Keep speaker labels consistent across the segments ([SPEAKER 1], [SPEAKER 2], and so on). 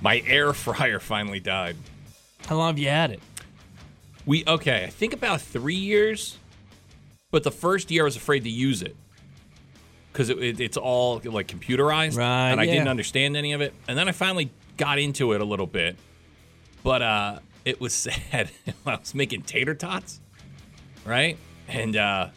[SPEAKER 1] My air fryer finally died.
[SPEAKER 2] How long have you had it?
[SPEAKER 1] We okay, I think about three years, but the first year I was afraid to use it because it, it- it's all like computerized,
[SPEAKER 2] Right,
[SPEAKER 1] and I
[SPEAKER 2] yeah.
[SPEAKER 1] didn't understand any of it. And then I finally got into it a little bit, but uh, it was sad. I was making tater tots, right? And uh,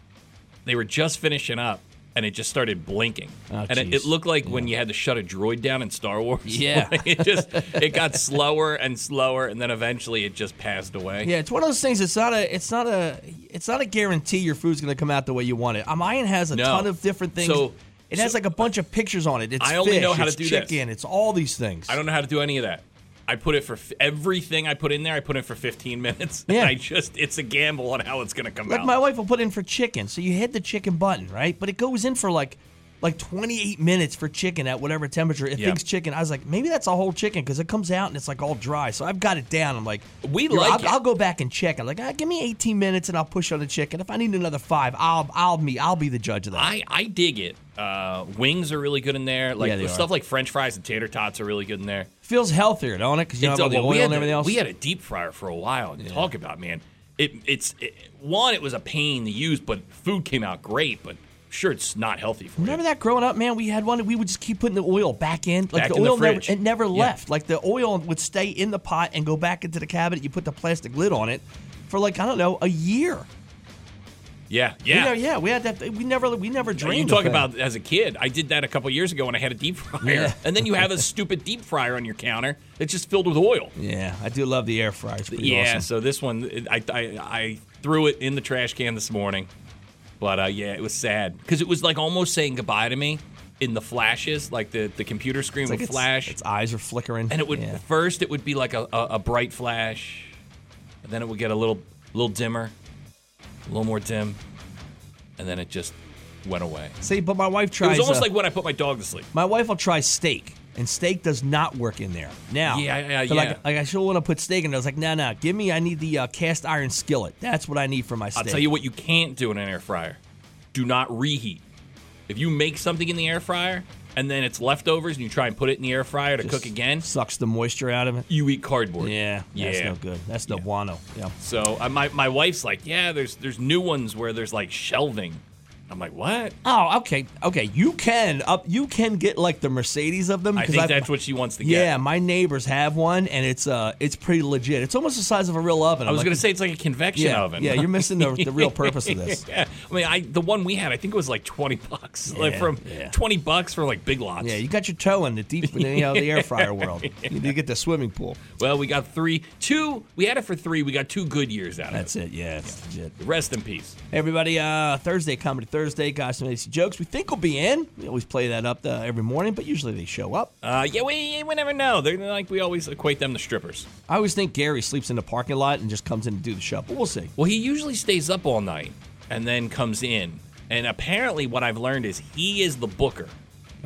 [SPEAKER 1] they were just finishing up. And it just started blinking,
[SPEAKER 2] Oh,
[SPEAKER 1] and it,
[SPEAKER 2] geez.
[SPEAKER 1] it looked like when you had to shut a droid down in Star Wars.
[SPEAKER 2] Yeah.
[SPEAKER 1] Like, it just it got slower and slower, and then eventually it just passed away.
[SPEAKER 2] Yeah, it's one of those things. It's not a. It's not a. It's not a guarantee your food's going to come out the way you want it. Um, Iron has a
[SPEAKER 1] No.
[SPEAKER 2] ton of different things.
[SPEAKER 1] So-
[SPEAKER 2] it has
[SPEAKER 1] so-
[SPEAKER 2] like a bunch of pictures on it. It's
[SPEAKER 1] I only
[SPEAKER 2] fish,
[SPEAKER 1] know how to
[SPEAKER 2] it's
[SPEAKER 1] do this.
[SPEAKER 2] chicken. It's all these things.
[SPEAKER 1] I don't know how to do any of that. I put it for f- everything I put in there. I put in for 15 minutes.
[SPEAKER 2] Yeah.
[SPEAKER 1] And I just it's a gamble on how it's going to come
[SPEAKER 2] Like
[SPEAKER 1] out.
[SPEAKER 2] my wife will put in for chicken, so you hit the chicken button, right? But it goes in for like, like 28 minutes for chicken at whatever temperature it
[SPEAKER 1] Yeah.
[SPEAKER 2] thinks chicken. I was like, maybe that's a whole chicken because it comes out and it's like all dry. So I've got it down. I'm like,
[SPEAKER 1] We
[SPEAKER 2] "You're-
[SPEAKER 1] like
[SPEAKER 2] I'll,
[SPEAKER 1] it."
[SPEAKER 2] I'll go back and check. I'm like, ah, give me 18 minutes and I'll push on the chicken. If I need another five, I'll I'll me I'll be the judge of that.
[SPEAKER 1] I I dig it. Uh, wings are really good in there. Like
[SPEAKER 2] Yeah, they
[SPEAKER 1] stuff
[SPEAKER 2] are.
[SPEAKER 1] like French fries and tater tots are really good in there.
[SPEAKER 2] Feels healthier, don't it? Because you don't
[SPEAKER 1] It's
[SPEAKER 2] have
[SPEAKER 1] a-
[SPEAKER 2] all the
[SPEAKER 1] well,
[SPEAKER 2] oil
[SPEAKER 1] we had
[SPEAKER 2] and
[SPEAKER 1] the-
[SPEAKER 2] everything else.
[SPEAKER 1] We had a deep fryer for a while. And Talk about man. It it's it, one. It was a pain to use, but food came out great. But sure, it's not healthy for
[SPEAKER 2] Remember
[SPEAKER 1] you.
[SPEAKER 2] that growing up, man? We had one. We would just keep putting the oil back in. Like
[SPEAKER 1] Back
[SPEAKER 2] the
[SPEAKER 1] in the
[SPEAKER 2] oil never,
[SPEAKER 1] fridge.
[SPEAKER 2] it never
[SPEAKER 1] Yeah.
[SPEAKER 2] left. Like the oil would stay in the pot and go back into the cabinet. You put the plastic lid on it for like I don't know a year.
[SPEAKER 1] Yeah,
[SPEAKER 2] We
[SPEAKER 1] yeah.
[SPEAKER 2] never- yeah. We had that. We never. We never
[SPEAKER 1] Now,
[SPEAKER 2] drained.
[SPEAKER 1] you
[SPEAKER 2] the
[SPEAKER 1] talk
[SPEAKER 2] thing.
[SPEAKER 1] about as a kid. I did that a couple years ago when I had a deep fryer,
[SPEAKER 2] Yeah.
[SPEAKER 1] and then you have a stupid deep fryer on your counter that's just filled with oil.
[SPEAKER 2] Yeah, I do love the air fryer. It's pretty
[SPEAKER 1] yeah,
[SPEAKER 2] awesome.
[SPEAKER 1] so this one, it- I, I I threw it in the trash can this morning, but uh, yeah, it was sad because it was like almost saying goodbye to me in the flashes, like the the computer screen
[SPEAKER 2] It's
[SPEAKER 1] would
[SPEAKER 2] like its-
[SPEAKER 1] flash,
[SPEAKER 2] Its, eyes are flickering.
[SPEAKER 1] and it would
[SPEAKER 2] Yeah.
[SPEAKER 1] first it would be like a, a, a bright flash, and then it would get a little little dimmer, a little more dim, and then it just went away.
[SPEAKER 2] See, but my wife
[SPEAKER 1] It
[SPEAKER 2] tries.
[SPEAKER 1] was almost
[SPEAKER 2] uh,
[SPEAKER 1] like when I put my dog to sleep.
[SPEAKER 2] My wife will try steak, and steak does not work in there. Now,
[SPEAKER 1] Yeah, yeah,
[SPEAKER 2] they're
[SPEAKER 1] yeah.
[SPEAKER 2] Like, like I still want to put steak in. there. I was like, no, no, give me. I need the uh, cast iron skillet. That's what I need for my steak.
[SPEAKER 1] I'll tell you what you can't do in an air fryer. Do not reheat. If you make something in the air fryer and then it's leftovers and you try and put it in the air fryer to cook again,
[SPEAKER 2] Sucks the moisture out of it.
[SPEAKER 1] you eat cardboard.
[SPEAKER 2] Yeah,
[SPEAKER 1] yeah.
[SPEAKER 2] that's no good. That's the guano. Yeah.
[SPEAKER 1] So I, my my wife's like, yeah, there's there's new ones where there's like shelving. I'm like, what?
[SPEAKER 2] Oh, okay, okay. You can up. You can get like the Mercedes of them.
[SPEAKER 1] I
[SPEAKER 2] 'cause
[SPEAKER 1] think
[SPEAKER 2] I've-
[SPEAKER 1] that's what she wants to
[SPEAKER 2] Yeah,
[SPEAKER 1] get.
[SPEAKER 2] my neighbors have one, and it's uh, it's pretty legit. It's almost the size of a real oven.
[SPEAKER 1] I was gonna say it's like a convection
[SPEAKER 2] yeah,
[SPEAKER 1] oven.
[SPEAKER 2] yeah. You're missing the, the real purpose of this.
[SPEAKER 1] Yeah. I mean, I the one we had, I think it was like twenty bucks, like
[SPEAKER 2] Yeah,
[SPEAKER 1] from
[SPEAKER 2] yeah.
[SPEAKER 1] twenty bucks for like big lots.
[SPEAKER 2] Yeah, you got your toe in the deep, you know, the air fryer world. You need to get the swimming pool.
[SPEAKER 1] well, we got three, two. We had it for three. We got two good years out of
[SPEAKER 2] That's it. Yeah, it's legit.
[SPEAKER 1] it. Rest in peace.
[SPEAKER 2] Hey, everybody, uh, Thursday, Comedy Thursday, guys, some Macy jokes we think will be in. We always play that up uh, every morning, but usually they show up.
[SPEAKER 1] Uh, yeah, we, we never know. They're like we always equate them to strippers.
[SPEAKER 2] I always think Gary sleeps in the parking lot and just comes in to do the show, but we'll see.
[SPEAKER 1] Well, he usually stays up all night and then comes in. And apparently, what I've learned is he is the booker.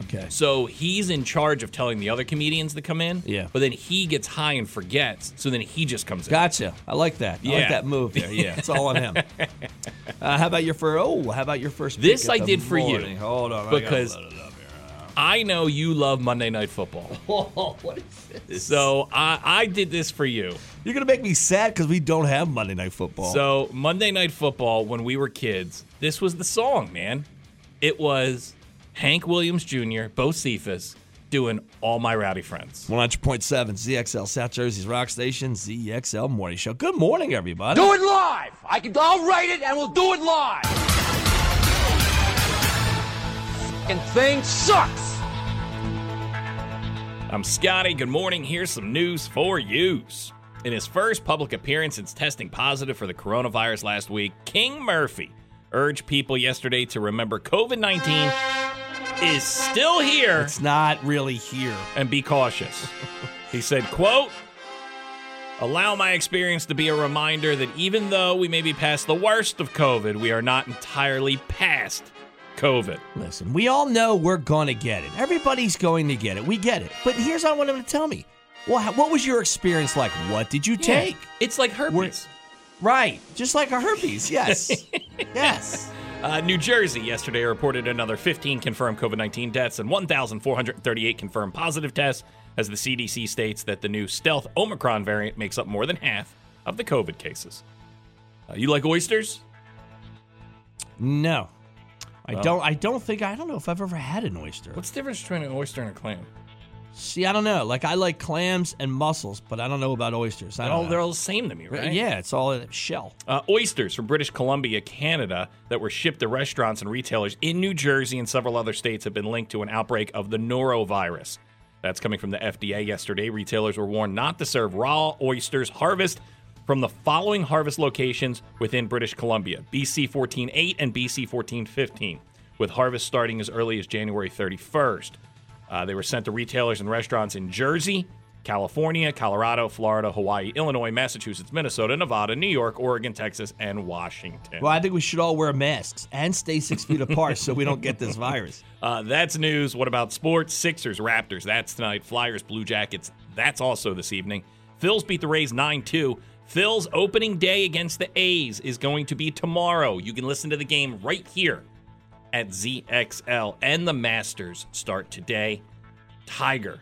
[SPEAKER 2] Okay.
[SPEAKER 1] So he's in charge of telling the other comedians to come in.
[SPEAKER 2] Yeah.
[SPEAKER 1] But then he gets high and forgets. So then he just comes in.
[SPEAKER 2] Gotcha. I like that. I like
[SPEAKER 1] Yeah.
[SPEAKER 2] that move there. Yeah, it's all on him. Uh, how about your first? Oh, how about your first? pick
[SPEAKER 1] This
[SPEAKER 2] at
[SPEAKER 1] I
[SPEAKER 2] the
[SPEAKER 1] did for you
[SPEAKER 2] morning? Hold on, I gotta
[SPEAKER 1] because-
[SPEAKER 2] load it up.
[SPEAKER 1] I know you love Monday Night Football. So I, I did this for you.
[SPEAKER 2] you're gonna make me sad because we don't have Monday Night Football.
[SPEAKER 1] So Monday Night Football, when we were kids, this was the song, man. It was Hank Williams Jr., Bo Cephas, doing all my rowdy friends.
[SPEAKER 2] 100.7 ZXL South Jersey's Rock Station ZXL Morning Show. Good morning, everybody.
[SPEAKER 3] Do it live. I can. I'll write it, and we'll do it live. Fucking thing sucks.
[SPEAKER 1] I'm Scotty. Good morning. Here's some news for yous. In his first public appearance since testing positive for the coronavirus last week, King Murphy urged people yesterday to remember COVID 19 is still here
[SPEAKER 2] It's not really here.
[SPEAKER 1] and be cautious. he said, quote, Allow my experience to be a reminder that even though we may be past the worst of COVID, we are not entirely past COVID.
[SPEAKER 2] Listen, we all know we're going to get it. Everybody's going to get it. We get it. But here's what I want him to tell me. Well, how- what was your experience like? What did you take?
[SPEAKER 1] It's like herpes.
[SPEAKER 2] Right. Just like a herpes. Yes. yes.
[SPEAKER 1] Uh, New Jersey yesterday reported another 15 confirmed COVID 19 deaths and 1,438 confirmed positive tests, as the CDC states that the new stealth Omicron variant makes up more than half of the COVID cases. Uh, you like oysters?
[SPEAKER 2] No. I don't I don't think I don't know if I've ever had an oyster.
[SPEAKER 1] What's the difference between an oyster and a clam?
[SPEAKER 2] See, I don't know. Like I like clams and mussels, but I don't know about oysters. I
[SPEAKER 1] They're
[SPEAKER 2] don't
[SPEAKER 1] all,
[SPEAKER 2] know.
[SPEAKER 1] Oh, they're all the same to me, right?
[SPEAKER 2] Yeah, it's all a shell.
[SPEAKER 1] Uh, oysters from British Columbia, Canada, that were shipped to restaurants and retailers in New Jersey and several other states have been linked to an outbreak of the norovirus. That's coming from the FDA yesterday. Retailers were warned not to serve raw oysters harvest from the following harvest locations within British Columbia BC 14.8 and BC 14.15, with harvest starting as early as January 31st. Uh, they were sent to retailers and restaurants in Jersey, California, Colorado, Florida, Hawaii, Illinois, Massachusetts, Minnesota, Nevada, New York, Oregon, Texas, and Washington.
[SPEAKER 2] Well, I think we should all wear masks and stay six feet apart so we don't get this virus.
[SPEAKER 1] Uh, that's news. What about sports? Sixers, Raptors, that's tonight. Flyers, Blue Jackets, that's also this evening. Phil's beat the Rays 9 2. Phil's opening day against the A's is going to be tomorrow. You can listen to the game right here at ZXL. And the Masters start today. Tiger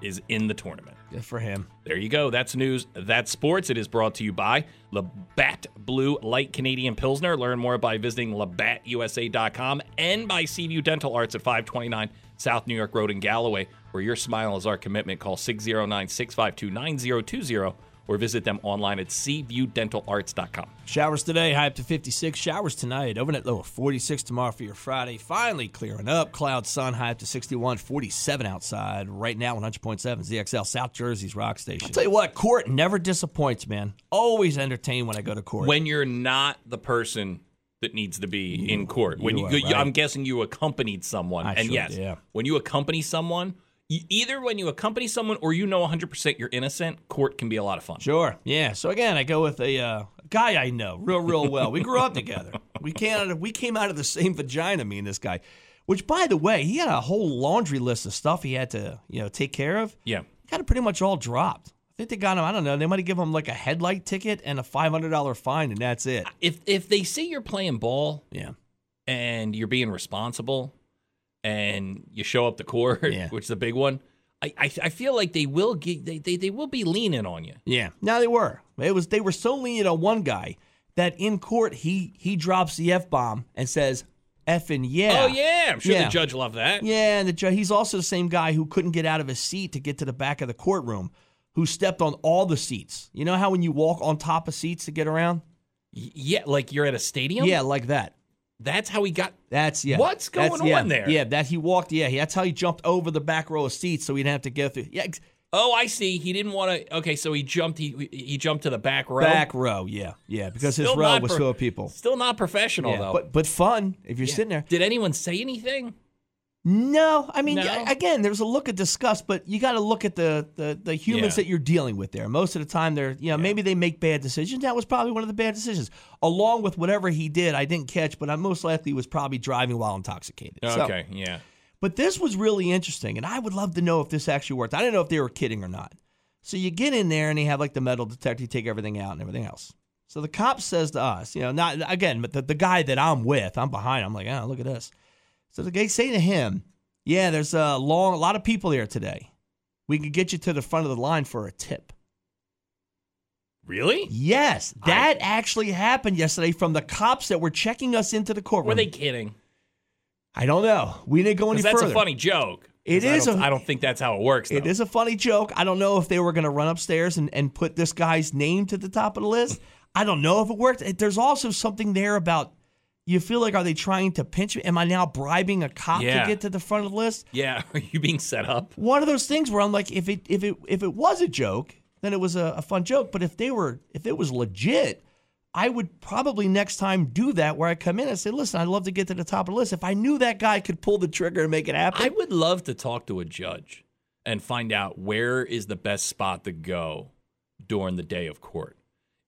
[SPEAKER 1] is in the tournament.
[SPEAKER 2] Good for him.
[SPEAKER 1] There you go. That's news. That's sports. It is brought to you by Labatt Blue Light Canadian Pilsner. Learn more by visiting labattusa.com and by Seaview Dental Arts at 529 South New York Road in Galloway, where your smile is our commitment. Call 609 652 9020 or visit them online at seaviewdentalarts.com.
[SPEAKER 2] Showers today, high up to 56. Showers tonight, overnight low of 46 tomorrow for your Friday. Finally clearing up. Cloud sun, high up to 61, 47 outside. Right now, 100.7 ZXL, South Jersey's rock station. tell you what, court never disappoints, man. Always entertained when I go to court.
[SPEAKER 1] When you're not the person that needs to be in court, when
[SPEAKER 2] you
[SPEAKER 1] you,
[SPEAKER 2] are right.
[SPEAKER 1] I'm guessing you accompanied someone,
[SPEAKER 2] I
[SPEAKER 1] and
[SPEAKER 2] sure
[SPEAKER 1] yes,
[SPEAKER 2] did.
[SPEAKER 1] when you accompany someone, you, either when you accompany someone or you know 100 percent you're innocent, court can be a lot of fun.
[SPEAKER 2] Sure. Yeah. So again, I go with a uh, guy I know real, real well. We grew up together. We can We came out of the same vagina. Me and this guy. Which, by the way, he had a whole laundry list of stuff he had to, you know, take care of.
[SPEAKER 1] Yeah.
[SPEAKER 2] Got it pretty much all dropped. I think they got him. I don't know. They might have given him like a headlight ticket and a five hundred dollar fine, and that's it.
[SPEAKER 1] If if they see you're playing ball
[SPEAKER 2] Yeah.
[SPEAKER 1] and you're being responsible, and you show up to court,
[SPEAKER 2] Yeah.
[SPEAKER 1] which is a big one, I, I I feel like they will get they, they they will be leaning on you.
[SPEAKER 2] Yeah. No, they were. It was. They were so lenient on one guy that in court he he drops the f bomb and says, "Effing yeah."
[SPEAKER 1] Oh yeah, I'm sure
[SPEAKER 2] Yeah.
[SPEAKER 1] the judge loved that.
[SPEAKER 2] Yeah, and the ju- he's also the same guy who couldn't get out of his seat to get to the back of the courtroom, who stepped on all the seats. You know how when you walk on top of seats to get around?
[SPEAKER 1] Y- yeah, like you're at a stadium.
[SPEAKER 2] Yeah, like that.
[SPEAKER 1] that's how he got.
[SPEAKER 2] That's yeah.
[SPEAKER 1] What's going
[SPEAKER 2] That's- yeah.
[SPEAKER 1] on there?
[SPEAKER 2] Yeah, that he walked. Yeah, he- that's how he jumped over the back row of seats, so he didn't have to go through. Yeah, ex-
[SPEAKER 1] Oh, I see. He didn't want to. Okay, so he jumped. He he jumped to the back row.
[SPEAKER 2] back row. Yeah, yeah, because his
[SPEAKER 1] Still
[SPEAKER 2] row
[SPEAKER 1] not
[SPEAKER 2] was
[SPEAKER 1] pro-
[SPEAKER 2] full of people.
[SPEAKER 1] Still not professional
[SPEAKER 2] Yeah,
[SPEAKER 1] though.
[SPEAKER 2] but but fun if you're sitting there.
[SPEAKER 1] Did anyone say anything?
[SPEAKER 2] No, I mean,
[SPEAKER 1] No?
[SPEAKER 2] a- again, there's a look of disgust, but you got to look at the, the, the humans
[SPEAKER 1] Yeah.
[SPEAKER 2] that you're dealing with there. Most of the time, they're, you know, maybe they make bad decisions. That was probably one of the bad decisions. Along with whatever he did, I didn't catch, but I most likely was probably driving while intoxicated. So-
[SPEAKER 1] Okay, yeah.
[SPEAKER 2] but this was really interesting, and I would love to know if this actually worked. I didn't know if they were kidding or not. So you get in there, and they have like the metal detector, you take everything out and everything else. So the cop says to us, you know, not again, but the, the guy that I'm with, I'm behind. I'm like, oh, look at this. So the guy say to him, yeah, there's a long, a lot of people here today. We could get you to the front of the line for a tip.
[SPEAKER 1] Really?
[SPEAKER 2] Yes, that actually happened yesterday from the cops that were checking us into the courtroom.
[SPEAKER 1] Were they kidding?
[SPEAKER 2] I don't know. We didn't go any
[SPEAKER 1] 'Cause that's
[SPEAKER 2] further.
[SPEAKER 1] a funny joke.
[SPEAKER 2] It
[SPEAKER 1] I
[SPEAKER 2] is
[SPEAKER 1] don't,
[SPEAKER 2] a
[SPEAKER 1] I don't think that's how it works.
[SPEAKER 2] it
[SPEAKER 1] though.
[SPEAKER 2] is a funny joke. I don't know if they were going to run upstairs and, and put this guy's name to the top of the list. I don't know if it worked. It- There's also something there about you feel like are they trying to pinch me? Am I now bribing a cop
[SPEAKER 1] Yeah.
[SPEAKER 2] to get to the front of the list?
[SPEAKER 1] Yeah, are you being set up?
[SPEAKER 2] One of those things where I'm like, if it if it if it was a joke, then it was a, a fun joke. But if they were if it was legit, I would probably next time do that where I come in and say, listen, I'd love to get to the top of the list. If I knew that guy could pull the trigger and make it happen,
[SPEAKER 1] I would love to talk to a judge and find out where is the best spot to go during the day of court.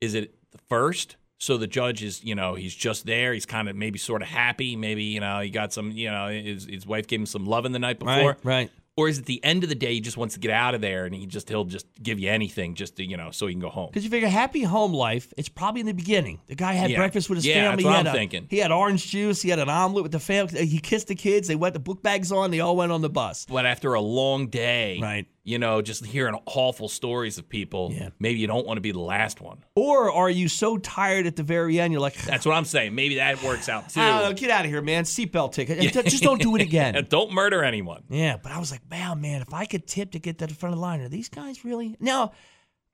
[SPEAKER 1] Is it the first? So the judge is, you know, he's just there. He's kind of maybe sort of happy. Maybe, you know, he got some, you know, his, his wife gave him some loving the night before.
[SPEAKER 2] right.
[SPEAKER 1] Or is it the end of the day he just wants to get out of there and he just he'll just give you anything just to, you know, so he can go home.
[SPEAKER 2] Because you figure happy home life, it's probably in the beginning. The guy had
[SPEAKER 1] Yeah.
[SPEAKER 2] breakfast with his
[SPEAKER 1] Yeah,
[SPEAKER 2] family.
[SPEAKER 1] that's what
[SPEAKER 2] he
[SPEAKER 1] I'm
[SPEAKER 2] had a-
[SPEAKER 1] thinking.
[SPEAKER 2] He had orange juice. He had an omelet with the family. He kissed the kids. They went the book bags on. They all went on the bus.
[SPEAKER 1] But after a long day,
[SPEAKER 2] Right.
[SPEAKER 1] you know, just hearing awful stories of people,
[SPEAKER 2] Yeah.
[SPEAKER 1] maybe you don't want to be the last one.
[SPEAKER 2] Or are you so tired at the very end? You're like,
[SPEAKER 1] That's what I'm saying. Maybe that works out too.
[SPEAKER 2] oh, get out of here, man. Seatbelt ticket. Just don't do it again.
[SPEAKER 1] And don't murder anyone.
[SPEAKER 2] yeah, but I was like, wow, man, if I could tip to get to the front of the line, are these guys really? Now,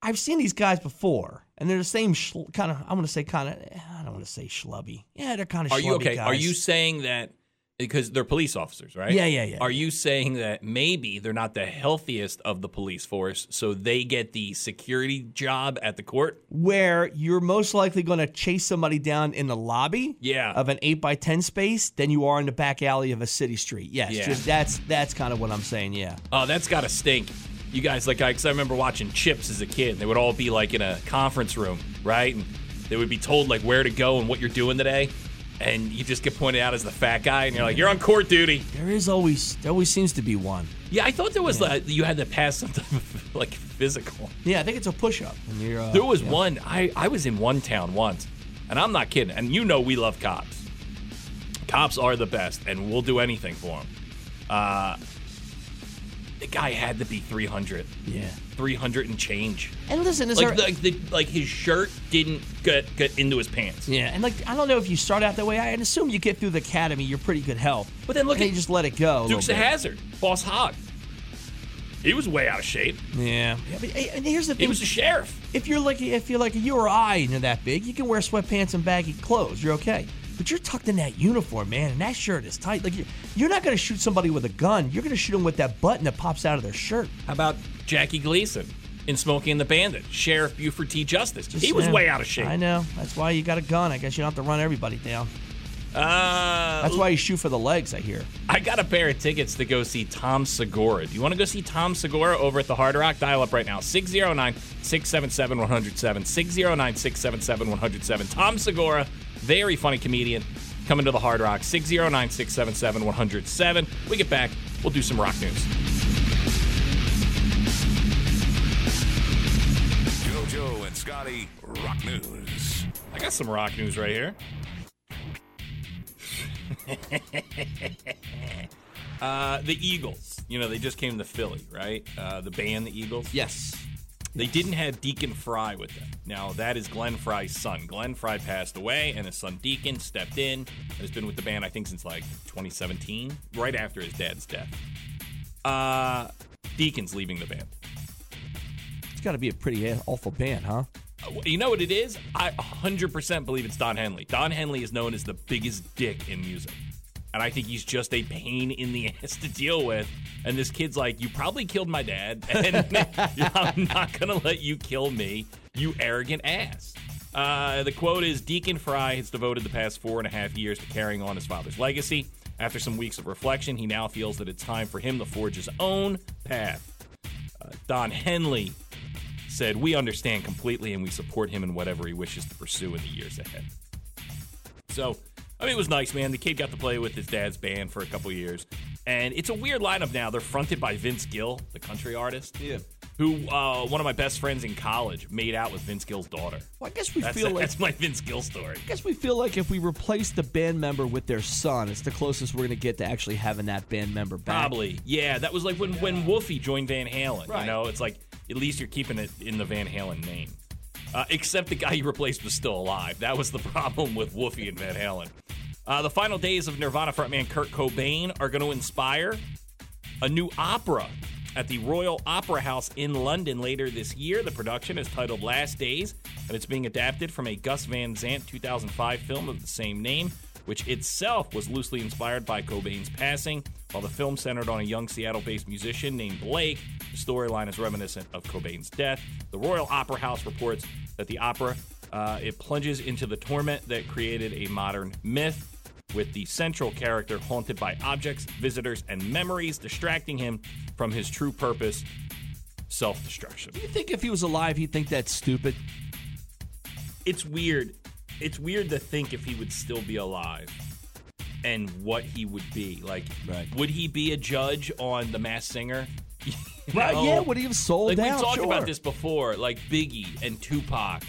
[SPEAKER 2] I've seen these guys before, and they're the same schl- kind of. I'm going to say kind of. I don't want to say schlubby. Yeah, they're kind of.
[SPEAKER 1] Are you
[SPEAKER 2] schlubby
[SPEAKER 1] okay?
[SPEAKER 2] Guys.
[SPEAKER 1] Are you saying that because they're police officers, right?
[SPEAKER 2] Yeah, yeah, yeah.
[SPEAKER 1] Are you saying that maybe they're not the healthiest of the police force, so they get the security job at the court?
[SPEAKER 2] where you're most likely going to chase somebody down in the lobby
[SPEAKER 1] Yeah.
[SPEAKER 2] of an 8 by 10 space than you are in the back alley of a city street. Yes,
[SPEAKER 1] Yeah.
[SPEAKER 2] just that's that's kind of what I'm saying, yeah.
[SPEAKER 1] Oh, that's got to stink. You guys, like, I, cause I remember watching Chips as a kid. They would all be like in a conference room, right? And they would be told like where to go and what you're doing today, and you just get pointed out as the fat guy, and you're like, you're on court duty.
[SPEAKER 2] There is always there always seems to be one.
[SPEAKER 1] Yeah, I thought there was like you had to pass some type of like physical.
[SPEAKER 2] Yeah, I think it's a push-up. And you're, uh,
[SPEAKER 1] There was
[SPEAKER 2] yeah.
[SPEAKER 1] one. I I was in one town once, and I'm not kidding. And you know we love cops. Cops are the best, and we'll do anything for them. Uh, the guy had to be 300,
[SPEAKER 2] Yeah.
[SPEAKER 1] 300 and change.
[SPEAKER 2] And listen, is
[SPEAKER 1] Like,
[SPEAKER 2] there
[SPEAKER 1] like, the, like his shirt didn't get get into his pants.
[SPEAKER 2] Yeah, and like I don't know if you start out that way. I assume you get through the academy, you're pretty good health.
[SPEAKER 1] But then look
[SPEAKER 2] and
[SPEAKER 1] at
[SPEAKER 2] you just let it go. a
[SPEAKER 1] Dukes of
[SPEAKER 2] little bit.
[SPEAKER 1] Hazard, Boss Hog. He was way out of shape.
[SPEAKER 2] Yeah. yeah but, hey, and here's the
[SPEAKER 1] He
[SPEAKER 2] thing:
[SPEAKER 1] was a sheriff.
[SPEAKER 2] if you're like if you're like a you or I and you're that big, you can wear sweatpants and baggy clothes. You're okay. But you're tucked in that uniform, man, and that shirt is tight. Like you're, you're not gonna shoot somebody with a gun. You're gonna shoot them with that button that pops out of their shirt.
[SPEAKER 1] How about Jackie Gleason in Smokey and the Bandit? Sheriff Buford T. Justice. he was
[SPEAKER 2] Yeah.
[SPEAKER 1] way out of shape.
[SPEAKER 2] I know. That's why you got a gun. I guess you don't have to run everybody down.
[SPEAKER 1] Uh,
[SPEAKER 2] That's why you shoot for the legs. I hear.
[SPEAKER 1] I got a pair of tickets to go see Tom Segura. Do you want to go see Tom Segura over at the Hard Rock? Dial up right now 609 677 107. 609 677 107. Tom Segura, very funny comedian, coming to the Hard Rock 609 677 107. We get back, we'll do some rock news.
[SPEAKER 4] JoJo and Scotty Rock News.
[SPEAKER 1] I got some rock news right here. uh, the Eagles. You know, they just came to Philly, right? Uh, the band, the Eagles.
[SPEAKER 2] Yes.
[SPEAKER 1] They didn't have Deacon Fry with them. Now, that is Glenn Fry's son. Glenn Fry passed away, and his son Deacon stepped in and has been with the band, I think, since like 2017, right after his dad's death. Uh, Deacon's leaving the band.
[SPEAKER 2] It's got to be a pretty awful band, huh?
[SPEAKER 1] You know what it is? I 100% believe it's Don Henley. Don Henley is known as the biggest dick in music. And I think he's just a pain in the ass to deal with. And this kid's like, You probably killed my dad. And I'm not going to let you kill me, you arrogant ass. Uh, the quote is Deacon Fry has devoted the past four and a half years to carrying on his father's legacy. After some weeks of reflection, he now feels that it's time for him to forge his own path. Uh, Don Henley said, We understand completely and we support him in whatever he wishes to pursue in the years ahead. So, I mean, it was nice, man. The kid got to play with his dad's band for a couple years. And it's a weird lineup now. They're fronted by Vince Gill, the country artist. Yeah. Who, uh, one of my best friends in college, made out with Vince Gill's daughter.
[SPEAKER 2] Well, I guess we
[SPEAKER 1] That's,
[SPEAKER 2] feel like
[SPEAKER 1] that's my Vince Gill story.
[SPEAKER 2] I guess we feel like if we replace the band member with their son, it's the closest we're going to get to actually having that band member back.
[SPEAKER 1] Probably. Yeah, that was like when, when Wolfie joined Van Halen.
[SPEAKER 2] Right.
[SPEAKER 1] You know, it's like at least you're keeping it in the Van Halen name. Uh, except the guy you replaced was still alive. That was the problem with Wolfie and Van Halen. Uh, the final days of Nirvana frontman Kurt Cobain are going to inspire a new opera at the Royal Opera House in London later this year. The production is titled Last Days, and it's being adapted from a Gus Van Sant 2005 film of the same name, which itself was loosely inspired by Cobain's passing. While the film centered on a young Seattle based musician named Blake, the storyline is reminiscent of Cobain's death. The Royal Opera House reports that the opera uh, it plunges into the torment that created a modern myth with the central character haunted by objects, visitors, and memories, distracting him from his true purpose self destruction.
[SPEAKER 2] You think if he was alive, he'd think that's stupid?
[SPEAKER 1] It's weird. It's weird to think if he would still be alive and what he would be. Like,
[SPEAKER 2] Right.
[SPEAKER 1] would he be a judge on The Mass Singer? You
[SPEAKER 2] Right?
[SPEAKER 1] know?
[SPEAKER 2] Yeah, would he have sold
[SPEAKER 1] oh. Like,
[SPEAKER 2] out?
[SPEAKER 1] we've talked
[SPEAKER 2] Sure.
[SPEAKER 1] about this before, like Biggie and Tupac.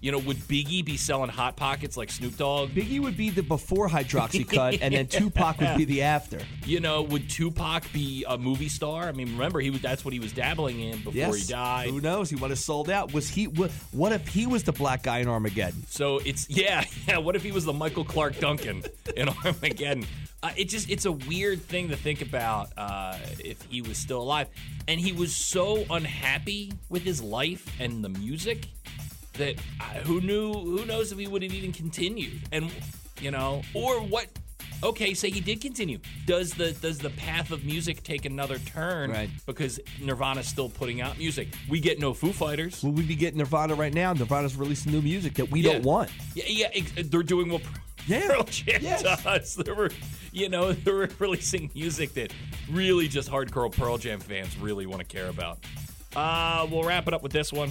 [SPEAKER 1] You know, would Biggie be selling Hot Pockets like Snoop Dogg?
[SPEAKER 2] Biggie would be the before hydroxycut, and then Tupac would be the after.
[SPEAKER 1] You know, would Tupac be a movie star? I mean, remember he was that's what he was dabbling in before
[SPEAKER 2] Yes.
[SPEAKER 1] he died.
[SPEAKER 2] Who knows? He would have sold out. Was he? wha- What if he was the black guy in Armageddon?
[SPEAKER 1] So it's yeah, yeah. What if he was the Michael Clark Duncan in Armageddon? Uh, it just it's a weird thing to think about uh, if he was still alive, and he was so unhappy with his life and the music that uh, who knew who knows if he would have even continued, and you know, or what? Okay, say he did continue. Does the does the path of music take another turn?
[SPEAKER 2] Right.
[SPEAKER 1] Because Nirvana's still putting out music. We get no Foo Fighters.
[SPEAKER 2] Will we be getting Nirvana right now? Nirvana's releasing new music that we
[SPEAKER 1] Yeah.
[SPEAKER 2] don't want.
[SPEAKER 1] Yeah, yeah, ex- uh, they're doing what
[SPEAKER 2] Yeah.
[SPEAKER 1] Pearl Jam
[SPEAKER 2] Yes.
[SPEAKER 1] does. They were, you know, they were releasing music that really just hardcore Pearl Jam fans really want to care about. Uh, we'll wrap it up with this one.